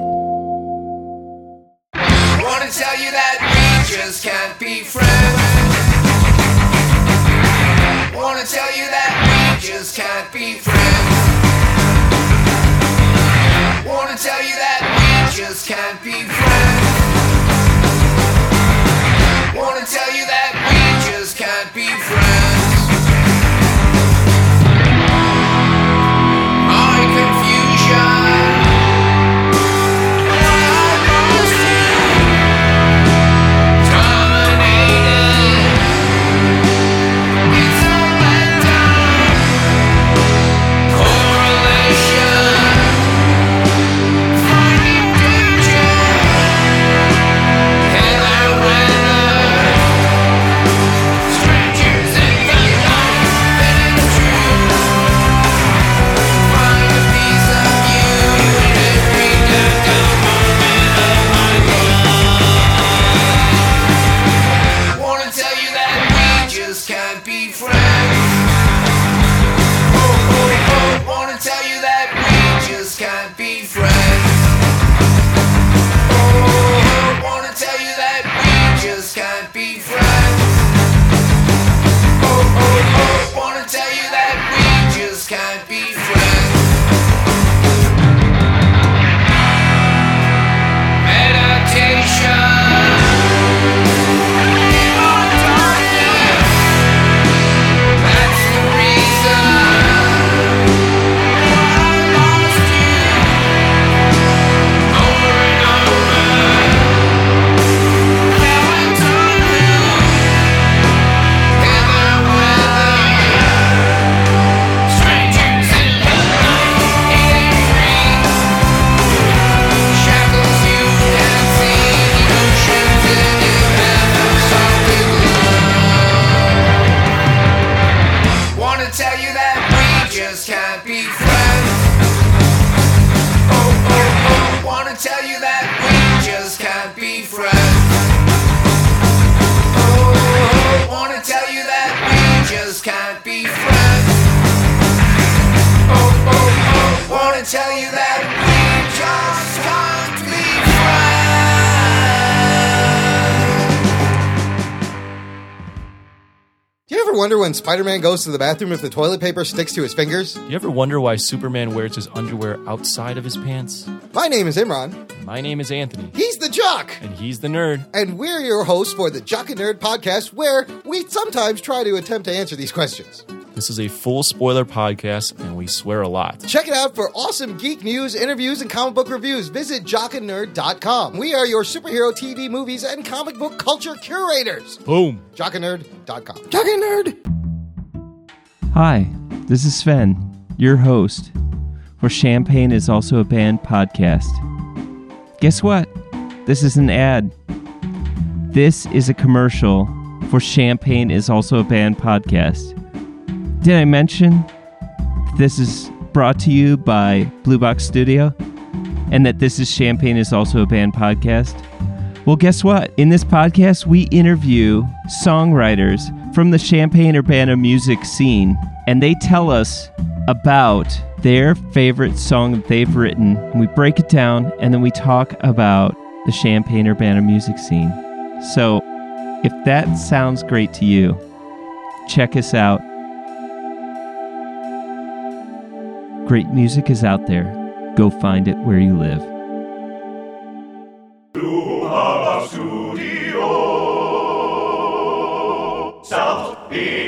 Speaker 8: I wanna tell you that we just can't be friends. I wanna tell you that we just can't be friends. I wanna tell you that we just can't be friends. I wanna tell you that we just can't be friends. My confusion. I lost you. Correlation, finding danger. Oh, Oh, Oh,
Speaker 9: wonder when Spider Man goes to the bathroom if the toilet paper sticks to his fingers?
Speaker 10: Do you ever wonder why Superman wears his underwear outside of his pants?
Speaker 9: My name is Imran.
Speaker 10: My name is Anthony,
Speaker 9: He's the jock!
Speaker 10: and he's the nerd.
Speaker 9: And we're your hosts for the Jock and Nerd podcast, where we sometimes try to attempt to answer these questions.
Speaker 10: This is a full spoiler podcast, and we swear a lot.
Speaker 9: Check it out for awesome geek news, interviews, and comic book reviews. Visit jockandnerd.com. We are your superhero TV, movies, and comic book culture curators.
Speaker 10: Boom.
Speaker 9: Jockandnerd.com. Jock and Nerd!
Speaker 3: Hi, this is Sven, your host for Champagne is Also a Band podcast. Guess what? This is an ad. This is a commercial for Champagne is Also a Band podcast. Did I mention that this is brought to you by Blue Box Studio and that this is Champagne is Also a Band podcast? Well, guess what? In this podcast, we interview songwriters from the Champaign Urbana music scene, and they tell us about their favorite song that they've written. We break it down, and then we talk about the Champaign Urbana music scene. So, if that sounds great to you, check us out. Great music is out there. Go find it where you live.
Speaker 8: South Beach.